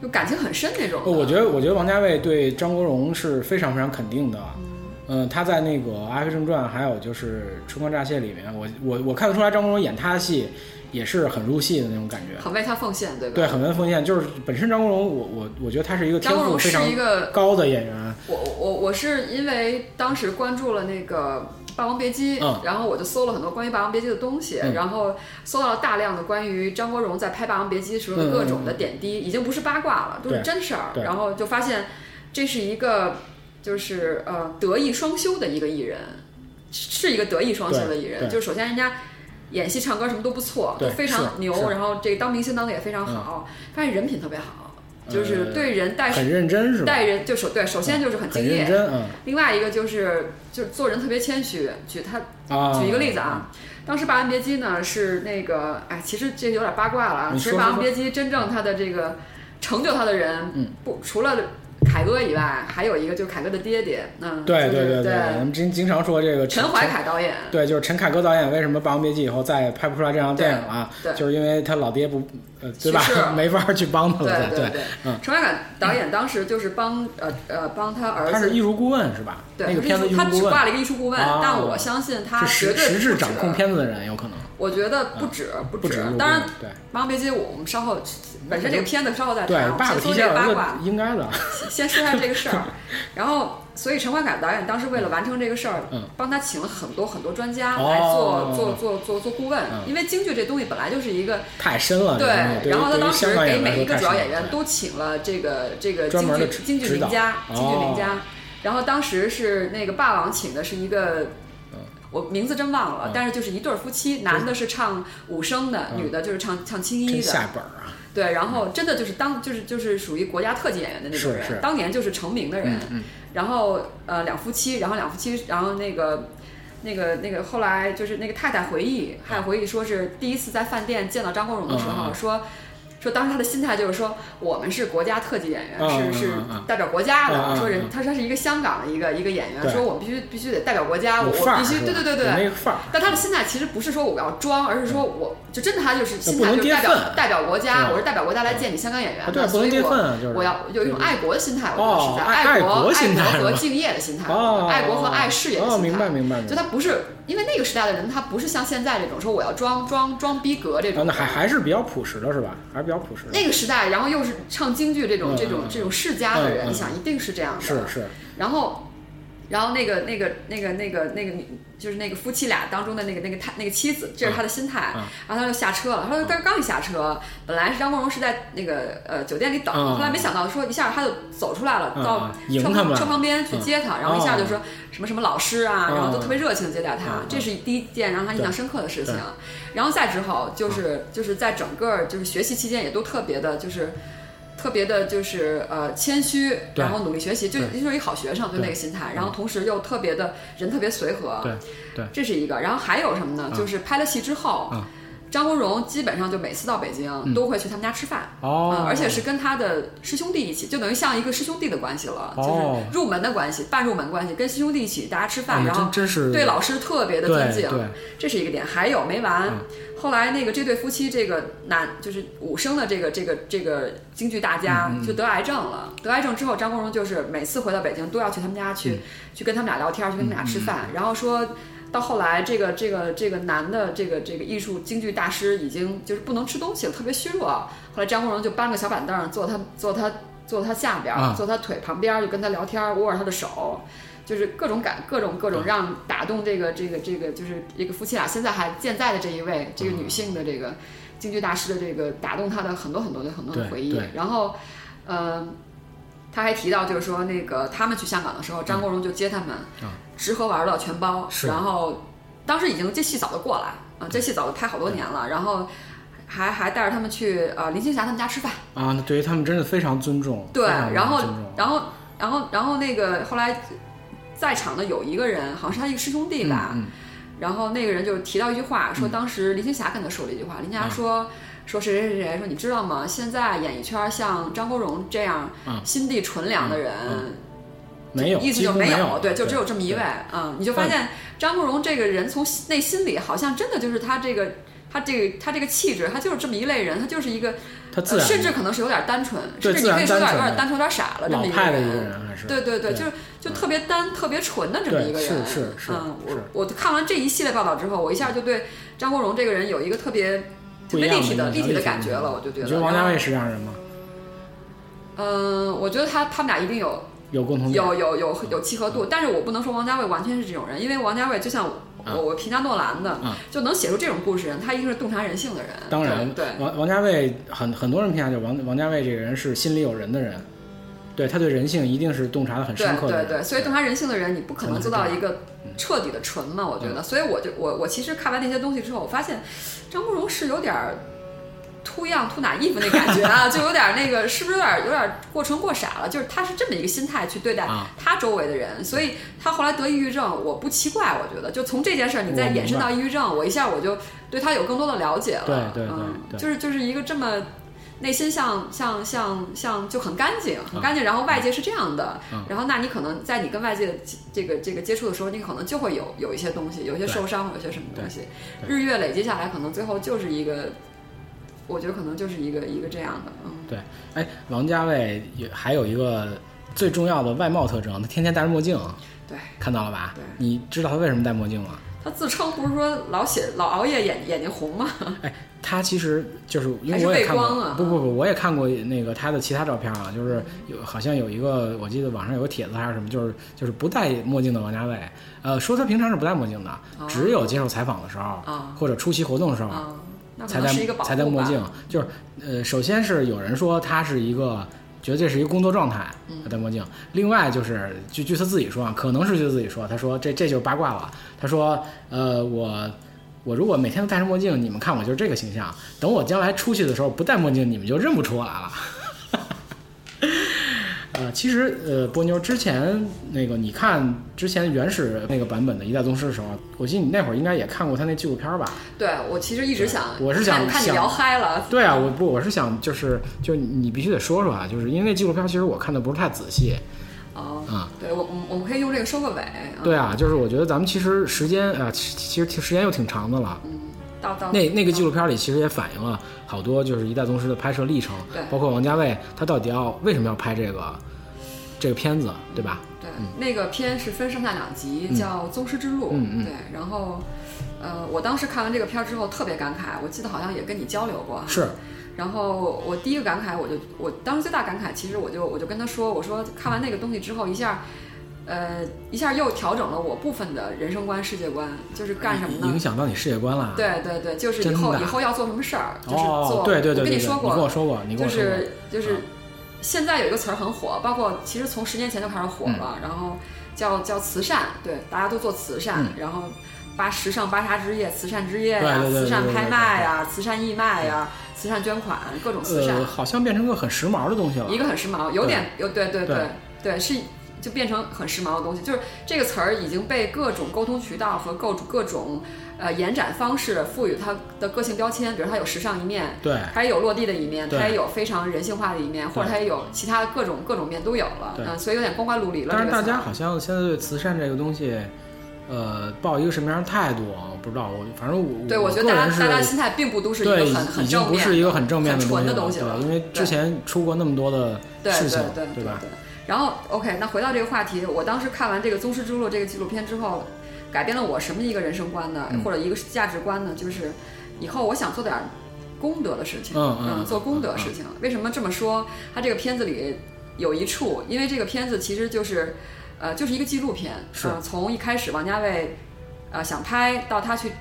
就感情很深那种的。呃我觉得，我觉得王家卫对张国荣是非常非常肯定的。嗯，他在那个《阿飞正传》，还有就是《春光乍泄》里面，我我我看得出来张国荣演他的戏也是很入戏的那种感觉，很为他奉献，对吧？对，很文奉献。就是本身张国荣，我我我觉得他是一个天张国赋荣非是常一个，高的演员。我我我是因为当时关注了那个。《霸王别姬》嗯然后我就搜了很多关于《霸王别姬》的东西，嗯然后搜到了大量的关于张国荣在拍《霸王别姬》时候的各嗯种的点滴，已经不是八卦了，都是对真事儿。对然后就发现这是一个就是呃德艺双修的一个艺人，是一个德艺双修的艺对人。对就是首先人家演戏、唱歌什么都不错，对都非常是是嗯牛，然后这个当明星当的也非常好，发现人品特别好，就是呃对人待很认真是吧？待人就首对，首先就是很很敬认业，真，嗯另外一个就是就是做人特别谦虚。举他啊。举一个例子啊，当时《霸王别姬》呢是那个，哎，其实这有点八卦了啊。你其实《说霸王说别姬》真正它的这个成就它的人，嗯，不除了凯歌以外，还有一个就是凯歌的爹爹，嗯，对就对是对对咱们经经常说这个陈怀凯导演，对，就是陈凯歌导演为什么《霸王别姬》以后再也拍不出来这样的电影了，对对就是因为他老爹不，呃，对吧去世 了？没法去帮他对了，对对，嗯陈怀凯导演当时就是帮呃呃帮他儿他是子。艺术顾问是吧？那对，个他是片子艺艺术术他顾只问挂了一个艺术顾问，啊但我相信他是实绝对实质不止掌控片子的人，有可能我觉得不止，不嗯不止止入顾。问。当然，《对霸王别姬》我们稍后本身这个片子稍后再对谈，，我啊爸爸先提说前这个有八一卦个。应该的，先说一下这个 事儿，然后，所以陈怀凯导演当时为了完成这个事儿，嗯帮他请了很多很多专家哦来做、做做做做顾问，嗯因为京剧这东西本来就是一个太深了。这个东西然啊后他对于当香时港给演员每一个来主说太要演深了员都请了这个这个专京门的剧指京剧指导名家，哦京剧名家。然后当时是那个霸王请的是一个。我名字真忘了，嗯但是就是一对儿夫妻，男的是唱武生的，女的就是唱唱青衣真的，下本儿啊。对，然后真的就是当就是就是属于国家特级演员的那种是人，是嗯当年就是成名的人，然后呃两夫妻，然后两夫妻，然后那个那个那个后来就是那个太太回忆，太太回忆说是第一次在饭店见到张国荣的时嗯嗯候嗯说。说当时他的心态就是说，我们是国家特级演员，嗯嗯嗯是是嗯代表国家的。嗯嗯说人嗯，他说他是一个香港的一个一个演员，对说我必须必须得代表国家，我有范儿我必是须吧，对对对有那，对个范儿。但他的心态其实不是说我要装，而是说我就真的他就是心态嗯不能就是代跌表份代表国是吧家，我是代表国家来见你香港演员啊的，对啊不所能以跌份我啊就是我要有一种爱国的心态，我觉得哦是在爱爱爱国国心态爱是国和吧敬业的心态，哦，爱国和爱事业的哦，心明白态。明白明就白。他不是因为那个时代的人，他不是像现在这种说我要装装装逼格这啊种那。还还是比较朴实的是吧？还是比较朴实的。那个时代，然后又是唱京剧这种嗯这种嗯这种世家的嗯人，嗯你想一定是这样的。是是，然后，然后那个那个那个那个那个女，就是那个夫妻俩当中的那个那个他那个妻子，这是他的心态。嗯然后他就下车了，他说刚刚一下车，本来是张国荣是在那个呃酒店里等，嗯后来没想到说一下他就走出来了，嗯到嗯迎车他们旁了车旁边去接他，然后一下就说什么什么老师啊，嗯然后都特别热情的接待他，嗯这是第一件让他印象深刻的事情对。嗯然后再之后就是就是在整个就是学习期间也都特别的就是。特别的，就是呃谦虚，对然后努力学习，就对就是一好学生，就对嗯那个心态。然后同时又特别的人特别随和，对嗯对这是一个。然后还有什么呢？就是拍了戏之后啊，张国荣基本上就每次到北京都会去他们家吃饭。嗯哦啊，而且是跟他的师兄弟一起，就等于像一个师兄弟的关系了，哦就是入门的关系，半入门关系，跟师兄弟一起大家吃哎饭，然后真真是对老师特别的对尊敬对，嗯这是一个点。还有没完，后来那个这对夫妻，这个男就是武生的这个这个这个京剧大嗯家就得癌症了，得癌症之后，张嗯国荣就是每次回到北京都要去他们家去去跟他们俩聊天，去跟他们俩吃饭，然后说。到后来这个这个这个男的这个这个艺术京剧大师已经就是不能吃东西了，特别虚弱。后来张国荣就搬个小板凳坐他坐他坐他下边，啊坐他腿旁边，就跟他聊天，握着他的手。就是各种感，各种各种让打动这个这个这个，就是这个夫妻俩现在还健在的这一位这个女性的这个京剧大师的这个打动他的很多很多的很多的嗯对回忆对。然后，呃，他还提到就是说那个他们去香港的时候，张国荣就接他们嗯，吃喝玩乐全包。是然后当时已经这戏早就过来啊，这戏早就拍好多年了，然后还还带着他们去呃林青霞他们家吃饭。啊，那对于他们真的非常尊重，对，非常然后尊重然后然后然后那个后来在场的有一个人，好像是他一个师兄弟吧，嗯然后那个人就提到一句话，说当时林青霞跟他说了一句话，林嗯青霞说。说谁谁谁谁说你知道吗？现在演艺圈像张国荣这样嗯心地纯良的人，嗯没有，意思几就乎没没对，就只有这么一对位，嗯，你就发现张国荣这个人从内心里好像真的就是他这个他这个他这个气质，他就是这么一类人，他就是一个，他自呃然甚至可能是有点单纯，对甚至自你然可以说有点单有纯点单纯、有点傻了这老么一派的一个人还是对对对，对就是就特别单、特别纯的这么一个对人，是是是嗯，我是我看完这一系列报道之后，我一下就对张国荣这个人有一个特别不特一别样立体的印象立体的感觉了，我就觉嗯你得。啊觉得王家卫然后是这样人吗？嗯，我觉得他他们俩一定有有共同点有有有有契合嗯度，但是我不能说王家卫完全是这种人，因为王家卫就像我、啊我我评价诺兰的，啊就能写出这种故事人，他一定是洞察人性的人。当然，对王王家卫很很多人评价就是王王家卫这个人是心里有人的人，对他对人性一定是洞察的很对深刻的对人。对对，所以洞察人性的人，你不可能做到一个嗯彻底的纯嘛，我觉得。所以我就我我其实看完那些东西之后，我发现张国荣是有点儿。秃样秃哪衣服那感觉啊，就 有点儿那个，是不是有点儿有点儿过纯过傻了？就是他是这么一个心态去对待啊他周围的人，所以他后来得抑郁症，我不奇怪。我觉得，就从这件事儿，你再我明延伸白到抑郁症，我一下我就对他有更多的了解了。对对对嗯对就是就是一个这么内心像像像像就很干净，很干净，然后外界是这样的，嗯然后那你可能在你跟外界的这个这个接触的时候，你可能就会有有一些东西，有一些受伤，有一些什么东西，对日月累积下来，可能最后就是一个，我觉得可能就是一个一个这样的，嗯，对哎，王家卫也还有一个最重要的外貌特征，他天天戴着墨镜，对看到了吧对？你知道他为什么戴墨镜吗？他自称不是说老写老熬夜眼眼睛红吗？哎他其实就是因还为是我也畏看过，光啊不不不，我也看过那个他的其他照片啊，就是有好像有一个，我记得网上有个帖子还是什么，就是就是不戴墨镜的王家卫，呃，说他平常是不戴墨镜的，哦只有接受采访的时候、啊或者出席活动的时候、啊、那可才能戴是一个保护才戴墨吧嗯镜，就是呃，首先是有人说他是一个。觉得这是一个工作状态，嗯他戴墨镜。另外就是，据据他自己说啊，可能是据他自己说，他说这这就是八卦了。他说，呃，我我如果每天都戴上墨镜，你们看我就是这个形象。等我将来出去的时候不戴墨镜，你们就认不出我来了。 呃，其实呃，波妞之前那个，你看之前原始那个版本的《一代宗师》的时候，我记得你那会儿应该也看过他那纪录片吧？对我其实一直想，我是看想看你想聊嗨了，对啊，我不，我是想就是就你必须得说说啊，就是因为那纪录片其实我看的不是太仔细哦，啊、对我我们我们可以用这个收个尾，嗯，对啊，就是我觉得咱们其实时间啊、呃其其实挺时间又挺长的了。嗯到到那那个纪录片里其实也反映了好多就是一代宗师的拍摄历程对，包括王家卫他到底要为什么要拍这个这个片子，对吧？对，那个片是分上下两集，叫《宗师之路》。嗯嗯嗯对，然后，呃，我当时看完这个片儿之后特别感慨，我记得好像也跟你交流过。是。然后我第一个感慨，我就我当时最大感慨，其实我就我就跟他说，我说看完那个东西之后，一下，呃，一下又调整了我部分的人生观、世界观，就是干什么呢影？响到你世界观了。对对对，就是以真后的以后要做什么事儿，就是哦做。，对对对对对，我跟你你说过，跟我说过，你跟就我说过，啊是就是现在有一个词儿很火，包括其实从十年前就开始火了，嗯然后叫叫慈善，对，大家都做慈善，然后八时尚芭莎之夜、慈善之夜呀、嗯对对对慈善对对拍对嗯卖呀、慈善义卖呀、慈善捐款，各种慈善，呃，好像变成个很时髦的东西了。一个很时髦，有点有对对对对对是。就变成很时髦的东西，就是这个词儿已经被各种沟通渠道和各种各种呃延展方式赋予它的个性标签，比如它有时尚一面，对它也有落地的一面，哎对它也有非常人性化的一面，或者它也有其他各种各种面都有了，对嗯，所以有点光怪陆离了。但是这大个词儿家好像现在对慈善这个东西，呃，抱一个什么样的态度啊？我不知道，我反正我对，我觉得个大人家是大家心态并不都是一个对很很已经正不面是一个很正面很纯的的东西西了，了对因为之前出过那么多的对事情，对对吧？对。然后 OK，那回到这个话题，我当时看完这个《宗师之路》这个纪录片之后，改变了我什么一个人生观呢，嗯或者一个价值观呢？就是以后我想做点儿功德的事情，嗯嗯嗯做功德事情。为什么这么说？它这个片子里有一处，因为这个片子其实就是，呃，就是一个纪录片，是呃从一开始王家卫，呃，想拍到他去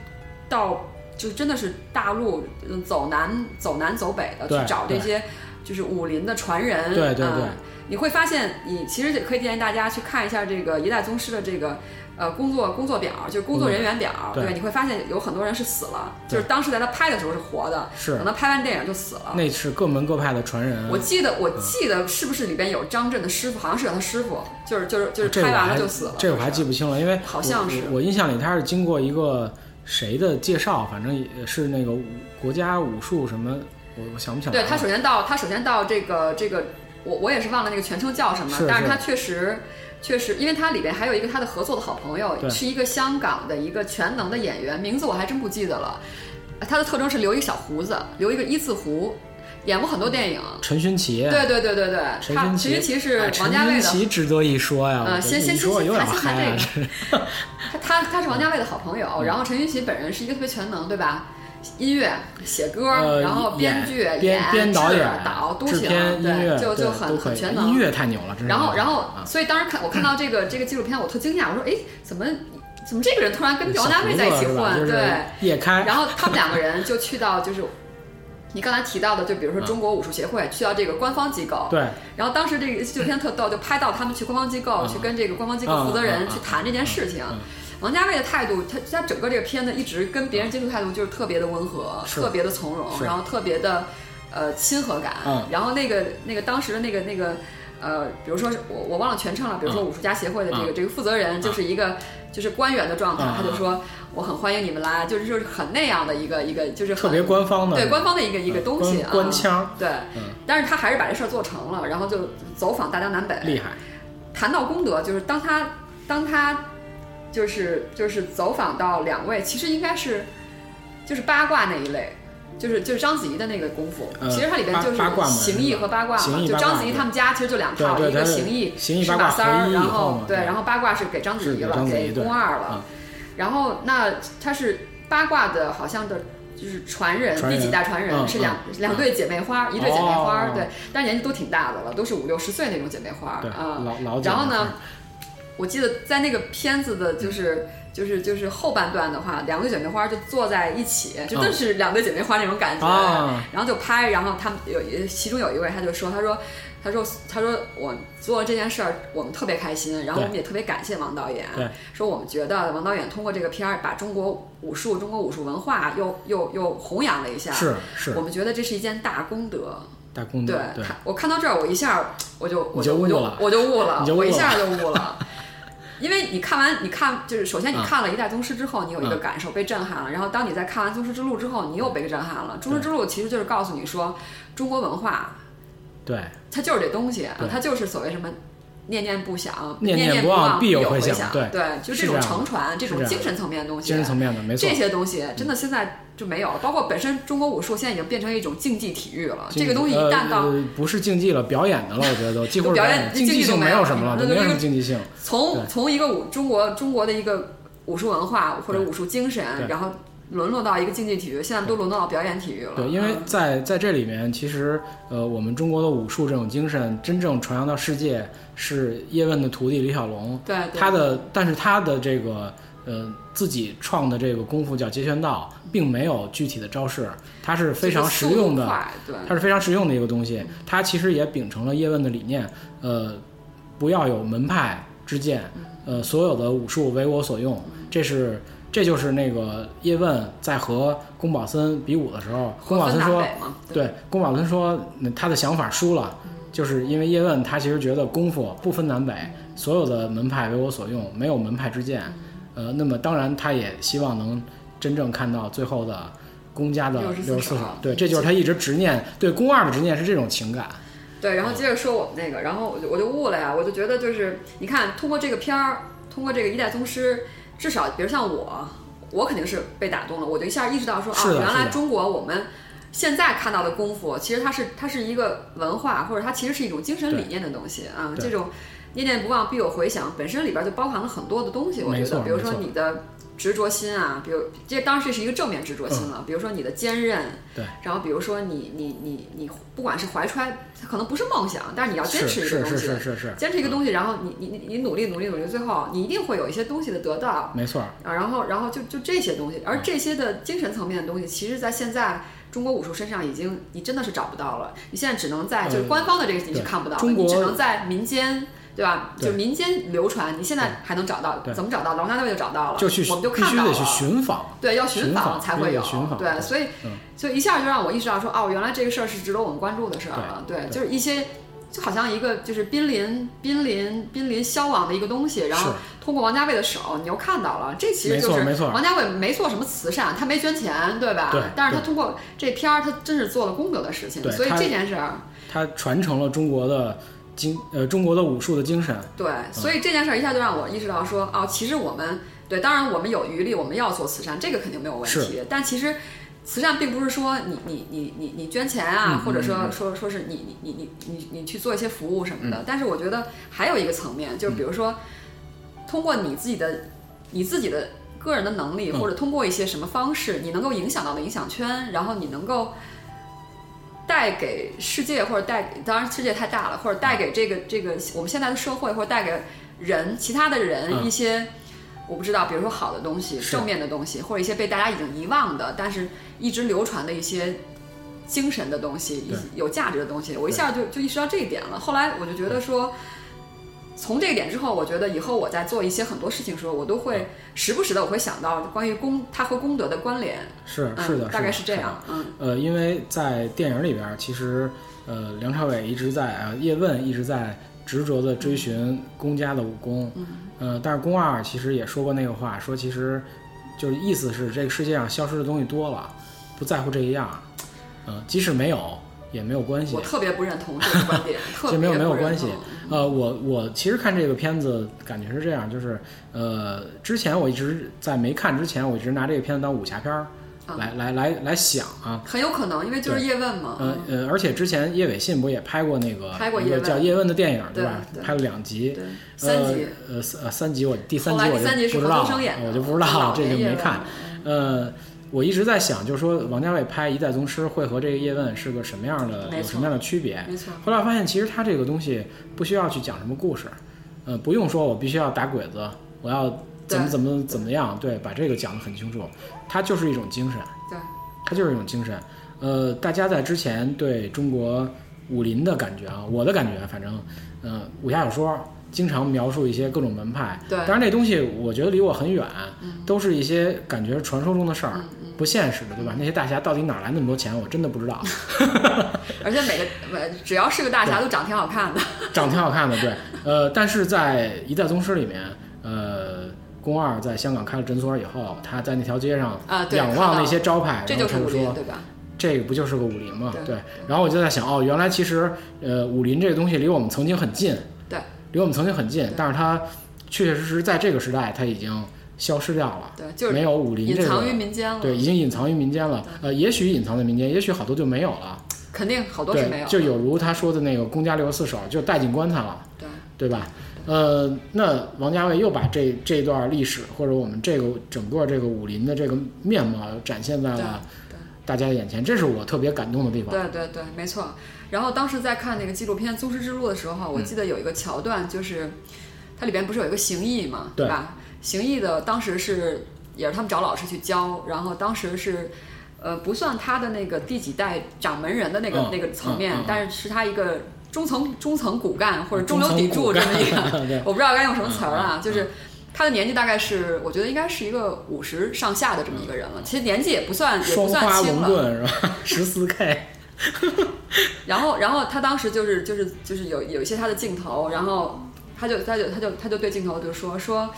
到。就真的是大陆嗯走南走南走北的对去找这对些，就是武林的传人，对对啊对你会发现，你其实也可以建议大家去看一下这个一代宗师的这个呃工作工作表，就是工作人员表，嗯对你会发现有很多人是死了，对就是当时在他拍的时候是活的，是嗯可能拍完电影就死了。那是各门各派的传人。啊我记得，我记得是不是里边有张震的师傅，好像是有他师傅，就是就是就是这我拍完还了就死了。这我还记不不清了，因为好像是我我我印象里他是经过一个谁的介绍，反正也是那个国家武术什么，我我想不起来对了。他首先到他首先到这个这个，我我也是忘了那个全称叫什么，是但是是他确实。确实，因为他里边还有一个他的合作的好朋友对，是一个香港的一个全能的演员，名字我还真不记得了。他的特征是留一个小胡子，留一个一字胡，演过很多电影。陈勋奇，对对对对对，嗯陈他勋陈奇，勋奇是哎王家卫陈勋奇的，值得一说呀。我觉呃得先先你说我先有点先谈嗨啊谈，他他他是王家卫的好朋嗯友，然后陈勋奇本人是一个特别全能，对吧？音乐、写歌，呃，然后演编剧、编编导制演、导、都制行，片、音乐，对，就就很都可很以全能。音乐太牛了，真是。然后，然后啊，所以当时看我看到这个这个纪录片，我特惊讶，我说，哎，怎么怎么这个人突然跟王家卫在一起小胡子是吧混？就是对。夜开，然后他们两个人就去到就是你刚才提到的，就比如说中国武术协会，去到这个官方机构。。嗯对，然后当时这个纪录片特逗，就拍到他们去官方机嗯构，去跟这个官方机构负责人去谈这件事情。王家卫的态度，他他整个这个片子一直跟别人接触态度就是特别的温和，嗯是特别的从容，是然后特别的呃亲和感。嗯然后那个那个当时的那个那个呃，比如说是我我忘了全称了，比如说武术家协会的这个、嗯这个负责人就是一个。就是官员的状态，嗯他就说我很欢迎你们来，就是就是很那样的一个一个，就是很特别官方的，对官方的一个一个嗯东西啊，官官腔，对，嗯但是他还是把这事儿做成了，然后就走访大江南北。厉害，谈到功德，就是当他当他就是就是走访到两位，其实应该是就是八卦那一类。就是就是章子怡的那个功夫，呃其实它里边八就是八卦嘛形意和八卦形嘛，意就八卦章子怡他们家其实就两套，对对一个它是形意形意是八卦马三儿，合一以然后后嘛对，对然后八卦是给章子怡是给了，章子怡给对宫二了嗯，然后那他是八卦的，好像的就是传人传第人几代传人嗯是两嗯两对姐妹花，一对姐妹花哦，对，但是年纪都挺大的了，都是五六十岁那种姐妹花对，啊。老老然后讲呢，我记得在那个片子的就是就是就是后半段的话，两对姐妹花就坐在一起，就真是两对姐妹花那种感觉。啊然后就拍，然后他们有有其中有一位他就说，他说他说他说我做这件事儿，我们特别开心，然后对我们也特别感谢王导演对，说我们觉得王导演通过这个片儿把中国武术、中国武术文化又又又弘扬了一下，是我是们觉得这是一件大功德。大功对德，对，他我看到这儿，我一下我就我你就我就悟了我就悟了你，就悟我一了下就悟 了。因为你看完，你看就是首先你看了《一代宗师》之后，你有一个感受被震撼嗯了。然后当你在看完《宗师之路》之后，你又被震撼了。《宗师之路》其实就是告诉你说，中国文化对它就是这东西，啊对它就是所谓什么。念念不响，念念念不忘必必有回回响对对就是这种这样的承传，这是种这样的精神层面的东西，精神层面的没错嗯这，些东西真的现在就没有了。包括本身中国武术现在已经变成一种竞技体育了，这个东西一旦到呃呃不是竞技了，表演的了，我觉得都几乎是表演演，竞竞技技都性没没有有什么了，那对，就没有是什一么个竞技性，从对从一个武中国中国的一个武术文化或者对武术精神，对然后沦落到一个竞技体育，现在都沦落到表演体育了。对，因为嗯在在这里面，其实呃，我们中国的武术这种精神真正传扬到世界，是叶问的徒弟李小龙，对对他的，但是他的这个呃自己创的这个功夫叫截拳道，并没有具体的招式，它是非常实用就是速度的，快对它是非常实用的一个东西。它其实也秉承了叶问的理念，呃，不要有门派之见，呃，所有的武术为我所用，这是。这就是那个叶问在和宫保森比武的时候，宫河保分森南说北嘛，对对，宫保森说嗯他的想法输了，就是因为叶问他其实觉得功夫不分南北，所有的门派为我所用，没有门派之见。呃，那么当然他也希望能真正看到最后的公家的64六十四手手，对，这就是他一直执念对宫二的执念是这种情感，对，嗯然后接着说我们那个，然后我就我就悟了呀，我就觉得就是你看，通过这个片儿，通过这个一代宗师，至少比如像我，我肯定是被打动了，我就一下意识到说啊，是的原来是的中国我们。现在看到的功夫，其实它是它是一个文化，或者它其实是一种精神理念的东西啊。对这种念念不忘必有回响，本身里边就包含了很多的东西。我觉没错得，比如说没错你的执着心啊，比如这当然这是一个正面执着心嗯了，比如说你的坚韧，对，然后比如说你你你你，不管是怀揣，它可能不是梦想，但是你要啊坚是持是一个东是西，是嗯是是，坚持一个东西，然后你你你你努力努力努力，最后你一定会有一些东西的得到没错儿，啊，然后然后就就这些东西，而这些的精神层面的东西，其实在现在。中国武术身上已经你真的是找不到了，你现在只能在就是嗯官方的这个你是对看不到的，中国你只能在民间，对吧？对就民间流传，你现在还能找到对，怎么找到？罗纳队就找到了，就去我们就必看须到得了，去寻访，对，要寻访访才必须会得有，寻访对，对所以嗯所以一下就让我意识到说，哦，原来这个事儿是值得我们关注的事儿了。对，对就是一些就好像一个就是濒临濒临濒临消亡的一个东西，然后是通过王家卫的手，你又看到了，这其实就没是错没错王家卫没做什么慈善，他没捐钱，对吧？对但是他对通过这片儿，他真是做了功德的事情，对所以他这件事儿，它传承了中国的精呃中国的武术的精神，对，所以这件事儿一下就让我意识到说，哦，其实我们对，当然我们有余力，我们要做慈善，这个肯定没有问题。但其实慈善并不是说你你你你你捐钱啊，或者说说说是你你你你你你去做一些服务什么的。但是我觉得还有一个层面，就是比如说通过你自己的你自己的个人的能力，嗯或者通过一些什么方式，你能够影响到的影响圈，然后你能够。带给世界，或者带给当然世界太大了，或者带给这嗯个这个我们现在的社会，或者带给人其他的人嗯一些、我不知道，比如说好的东西、是正面的东西，或者一些被大家已经遗忘的，但是一直流传的一些精神的东西，对一有价值的东西，我一下就就意识到这一点了。后来我就觉得说。从这一点之后，我觉得以后我在做一些很多事情的时候，我都会嗯时不时的我会想到关于功它和功德的关联，是嗯，是的，大概是是这的。的样，嗯，呃，因为在电影里边儿，其实呃，梁朝伟一直在啊、呃叶问一直在执着的追寻公家的武功，嗯，呃，但是宫二其实也说过那个话，说其实就是意思是这个世界上消失的东西多了，不在乎这一样，呃，即使没有也没有关系我，特别不认同这个 观点，特其别实没有没有不认关系同。呃，我我其实看这个片子感觉是这样，就是呃，之前我一直在没看之前，我一直拿这个片子当武侠片儿啊来来来来想啊，很有可能，因为就是对叶问嘛，呃呃，而且之前叶伟信不也拍过那个哦拍过一叶个问叫《叶问》的电影对吧？对对拍了两集，对，三级，呃呃三呃三集我第三后集来我第三集就是不何知道东了升演，的，我就不知道老这年个叶没问看。嗯呃，我一直在想，就是说王家卫拍《一代宗师》会和这个叶问是个什么样的没有错什么样的区别？没错，后来我发现，其实他这个东西不需要去讲什么故事，呃，不用说我必须要打鬼子，我要怎么对怎么怎么样，对，把这个讲得很清楚，它就是一种精神，对，它就是一种精神。呃，大家在之前对中国武林的感觉啊，我的感觉，反正，呃，武侠小说经常描述一些各种门派，对嗯当然这东西我觉得离我很远，都是一些感觉传说中的事儿，不现实的，对吧？那些大侠到底哪来那么多钱，我真的不知 道。而且每个每只要是个大侠都长挺好看的，长挺好看的，对，呃，但是在《一代宗师》里面，呃，宫二在香港开了诊所以后，他在那条街上啊对仰看望到那些招牌，这哎然后就是他武林，说对吧？这个不就是个武林吗？对对。然后我就在想，哦，原来其实呃，武林这个东西离我们曾经很近，对，离我们曾经很近，但是它确确实实在这个时代它已经消失掉了，对，就是没有武林隐这藏于个。民间了，对，已经隐藏于民间了。呃，也许隐藏在民间，也许好多就没有了。肯定好多是没对，有，就有如他说的那个公家六十四手，就带进棺材了。对，对吧？呃，那王家卫又把这这段历史或者我们这个整个这个武林的这个面貌展现在了对对大家眼前，这是我特别感动的地方。对对对，没错。然后当时在看那个纪录片《宗师之路》的时候，嗯我记得有一个桥段，就是它里边不是有一个行医嘛，对吧？行医的当时是也是他们找老师去教，然后当时是。呃，不算他的那个第几代掌门人的那个、嗯那个层面，嗯嗯嗯但是是他一个中层中层骨干或者中中流层砥柱骨这干么一个， 对嗯我不知道该用什么词儿啊，就是他的年纪大概是，我觉得应该是一个五十上下的这么一个人了，其实年纪也不算也双不花算轻啊龙了，棍是吧？ 十四 K，然后，然后他当时就是就是就是有有一些他的镜头，然后他就他就他就他就对镜头就说说，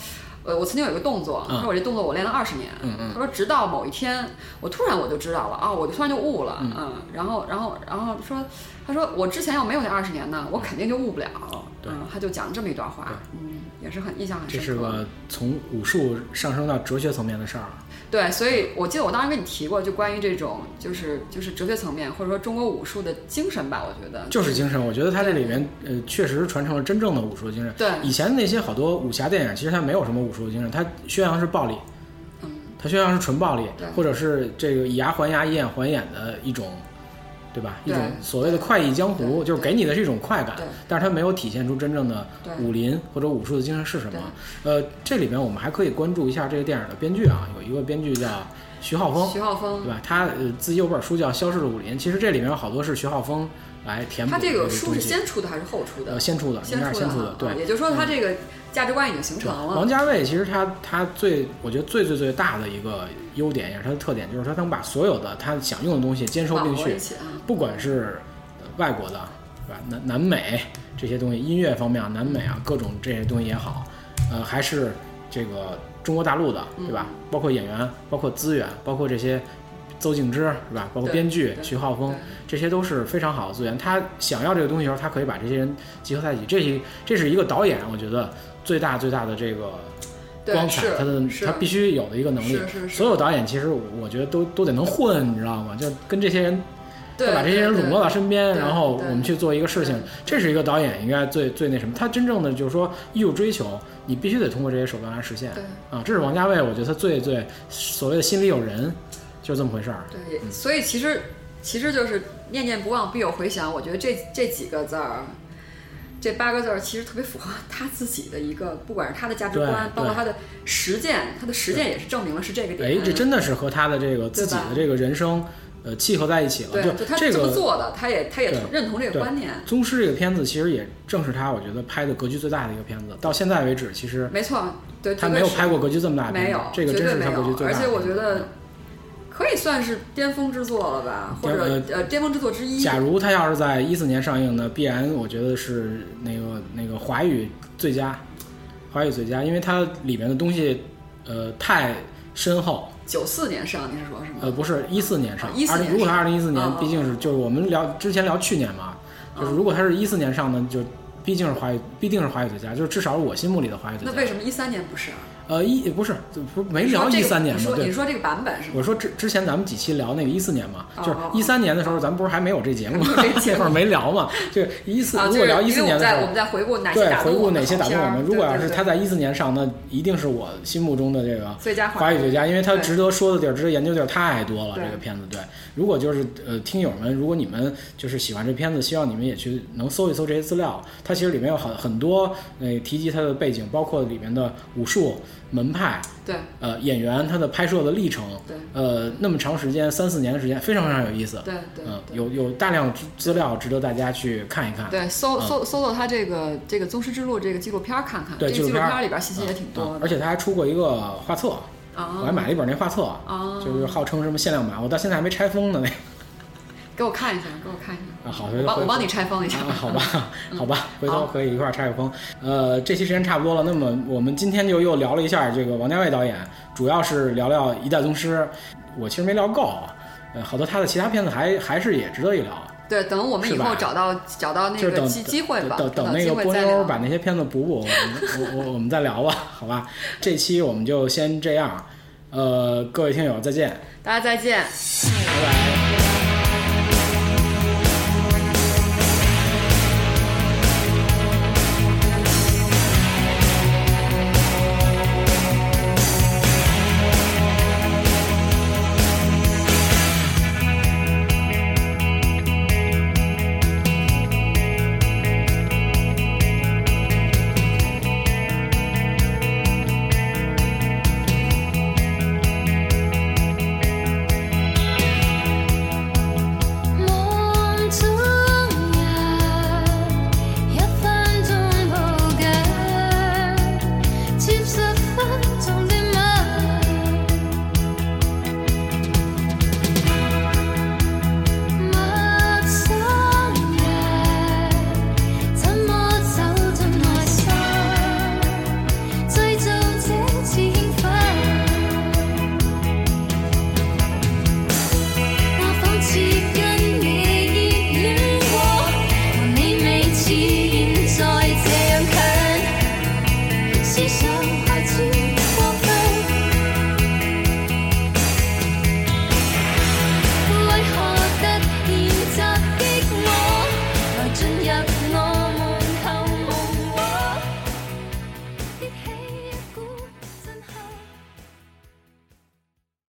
呃，我曾经有一个动作，嗯他说我这动作我练了二十年，他说直嗯嗯到某一天，我突然我就知道了啊，我就突然就悟了，嗯，然后然后然后说。他说我之前要没有那二十年呢，我肯定就悟不了。对嗯，他就讲了这么一段话对，嗯，也是很印象很这深刻。是个从武术上升到哲学层面的事儿。啊对，所以我记得我当时跟你提过，就关于这种就是就是哲学层面或者说中国武术的精神吧，我觉得就是精神，我觉得它这里面呃，确实传承了真正的武术精神。对以前那些好多武侠电影，其实它没有什么武术精神，它宣扬是暴力，嗯，它宣扬是纯暴力对，或者是这个以牙还牙、以眼还眼的一种，对吧？一对种所谓的快意江湖，对就是给你的是一种快感对，但是它没有体现出真正的对武林或者武术的精神是什么。呃，这里面我们还可以关注一下这个电影的编剧啊，有一个编剧叫徐浩峰，徐浩对峰，吧？他呃自己有本书叫《消失的武林》，其实这里面有好多是徐浩峰来填补他这个个书是东西先出的还是后出的呃？先出的，应该是先出出的的啊，，对。嗯也就是说他这个价值观已经形对成王了，家卫其实他他最我觉得最最最大的一个优点也是他的特点，就是他能把所有的他想用的东西兼收并绑在蓄一，起啊，不管是呃外国的，对吧？南南美这些东西，音乐方面啊，南美啊，各种这些东西也好，呃，还是这个中国大陆的，对嗯吧？包括演员，包括资源，包括这些邹静之，是吧？包括对编剧对徐浩峰对，这些都是非常好的资源。他想要这个东西的时候，他可以把这些人集合在一起。这是这是一个导演，我觉得最大最大的这个光彩，对，是他的是他必须有的一个能力是。是是所有导演其实我觉得都都得能混，你知道吗？就跟这些人对，把这些人笼对络到身边，对然后对我们去做一个事情对，这是一个导演应该最最那什么。他真正的就是说艺术追求，你必须得通过这些手段来实现对啊。这是王家卫，我觉得他最最所谓的心里有人，就这么回事儿。对，也所以其实其实就是念念不忘必有回响。我觉得这这几个字儿，这八个字儿其实特别符合他自己的一个，不管是他的价值观，对包括对他的实践，他的实践也是证明了是这个点。哎，这真的是和他的这个自己对的吧这个人生，呃，契合在一起了。对，就他这么个做的，他也他也对认同这个对观念。宗师这个片子，其实也正是他我觉得拍的格局最大的一个片子。到现在为止，其实没错，对，他这个没有是拍过格局这么大的片没子有，，这个绝真对是没他格局有，最而大的片子。嗯且我觉得可以算是巅峰之作了吧，或者巅呃巅峰之作之一。嗯假如它要是在一四年上映呢，必然我觉得是那个那个华语最佳，华语最佳，因为它里面的东西，呃，太深厚。九四年上，您是说是吗？呃，不是一四年上，啊14二零年如果它上二零一四年哦，毕竟是就是我们聊之前聊去年嘛，就是如果它是一四年上呢，就毕竟是华语，必定是华语最佳，就是至少是我心目里的华语最那佳。为什么一三年不是啊？呃，一不是不是没你说哎聊这一个三年你嘛，说对你，说这个版本是吗？我说之之前咱们几期聊那个一四年嘛，哦就是哦哦一三年的时候，咱们不是还没有 这节目，没有这节那目会儿没聊嘛。就一四，啊，如就果是聊因一为四我年们的时在候我，们在回顾哪些对打动回我顾们哪些好打动片我儿们，如果要对是对他对在一四年上，那一定是我心目中的这个最佳华语最佳，因为他值得说的地儿、值得研究地儿太多了。对这个片子，对，如果就是呃，听友们，如果你们就是喜欢这片子，希望你们也去能搜一搜这些资料。它其实里面有很很多呃提及它的背景，包括里面的武术门派，对呃演员他的拍摄的历程，对呃那么长时间三四年的时间，非常非常有意思。对对嗯，对有有大量资资料值得大家去看一看。对，搜嗯搜搜搜他这个这个《宗师之路》这个纪录片儿看看，这对个纪录纪录片儿片儿里边儿信息也挺啊多而的且他还出过一个画册，我还啊。买了一本那画册，啊，就是号称什么限量版，我到现在还没拆封呢。那给我看一下，给我看一下，啊，好，我帮我回帮你拆封一下嗯啊，。好吧，好吧，回好头可以一块儿拆个封。呃，这期时间差不多了，那么我们今天就又聊了一下这个王家卫导演，主要是聊聊《一代宗师》，我其实没聊够啊，呃，好多他的其他片子还还是也值得一聊。啊对，等我们是以吧后找到找到那就是个等机机会吧，等等那机个会波再妞儿聊。把那些片子补补，我们我我我们再聊吧，好吧？这期我们就先这样，呃，各位听友再见，大家再见。拜拜。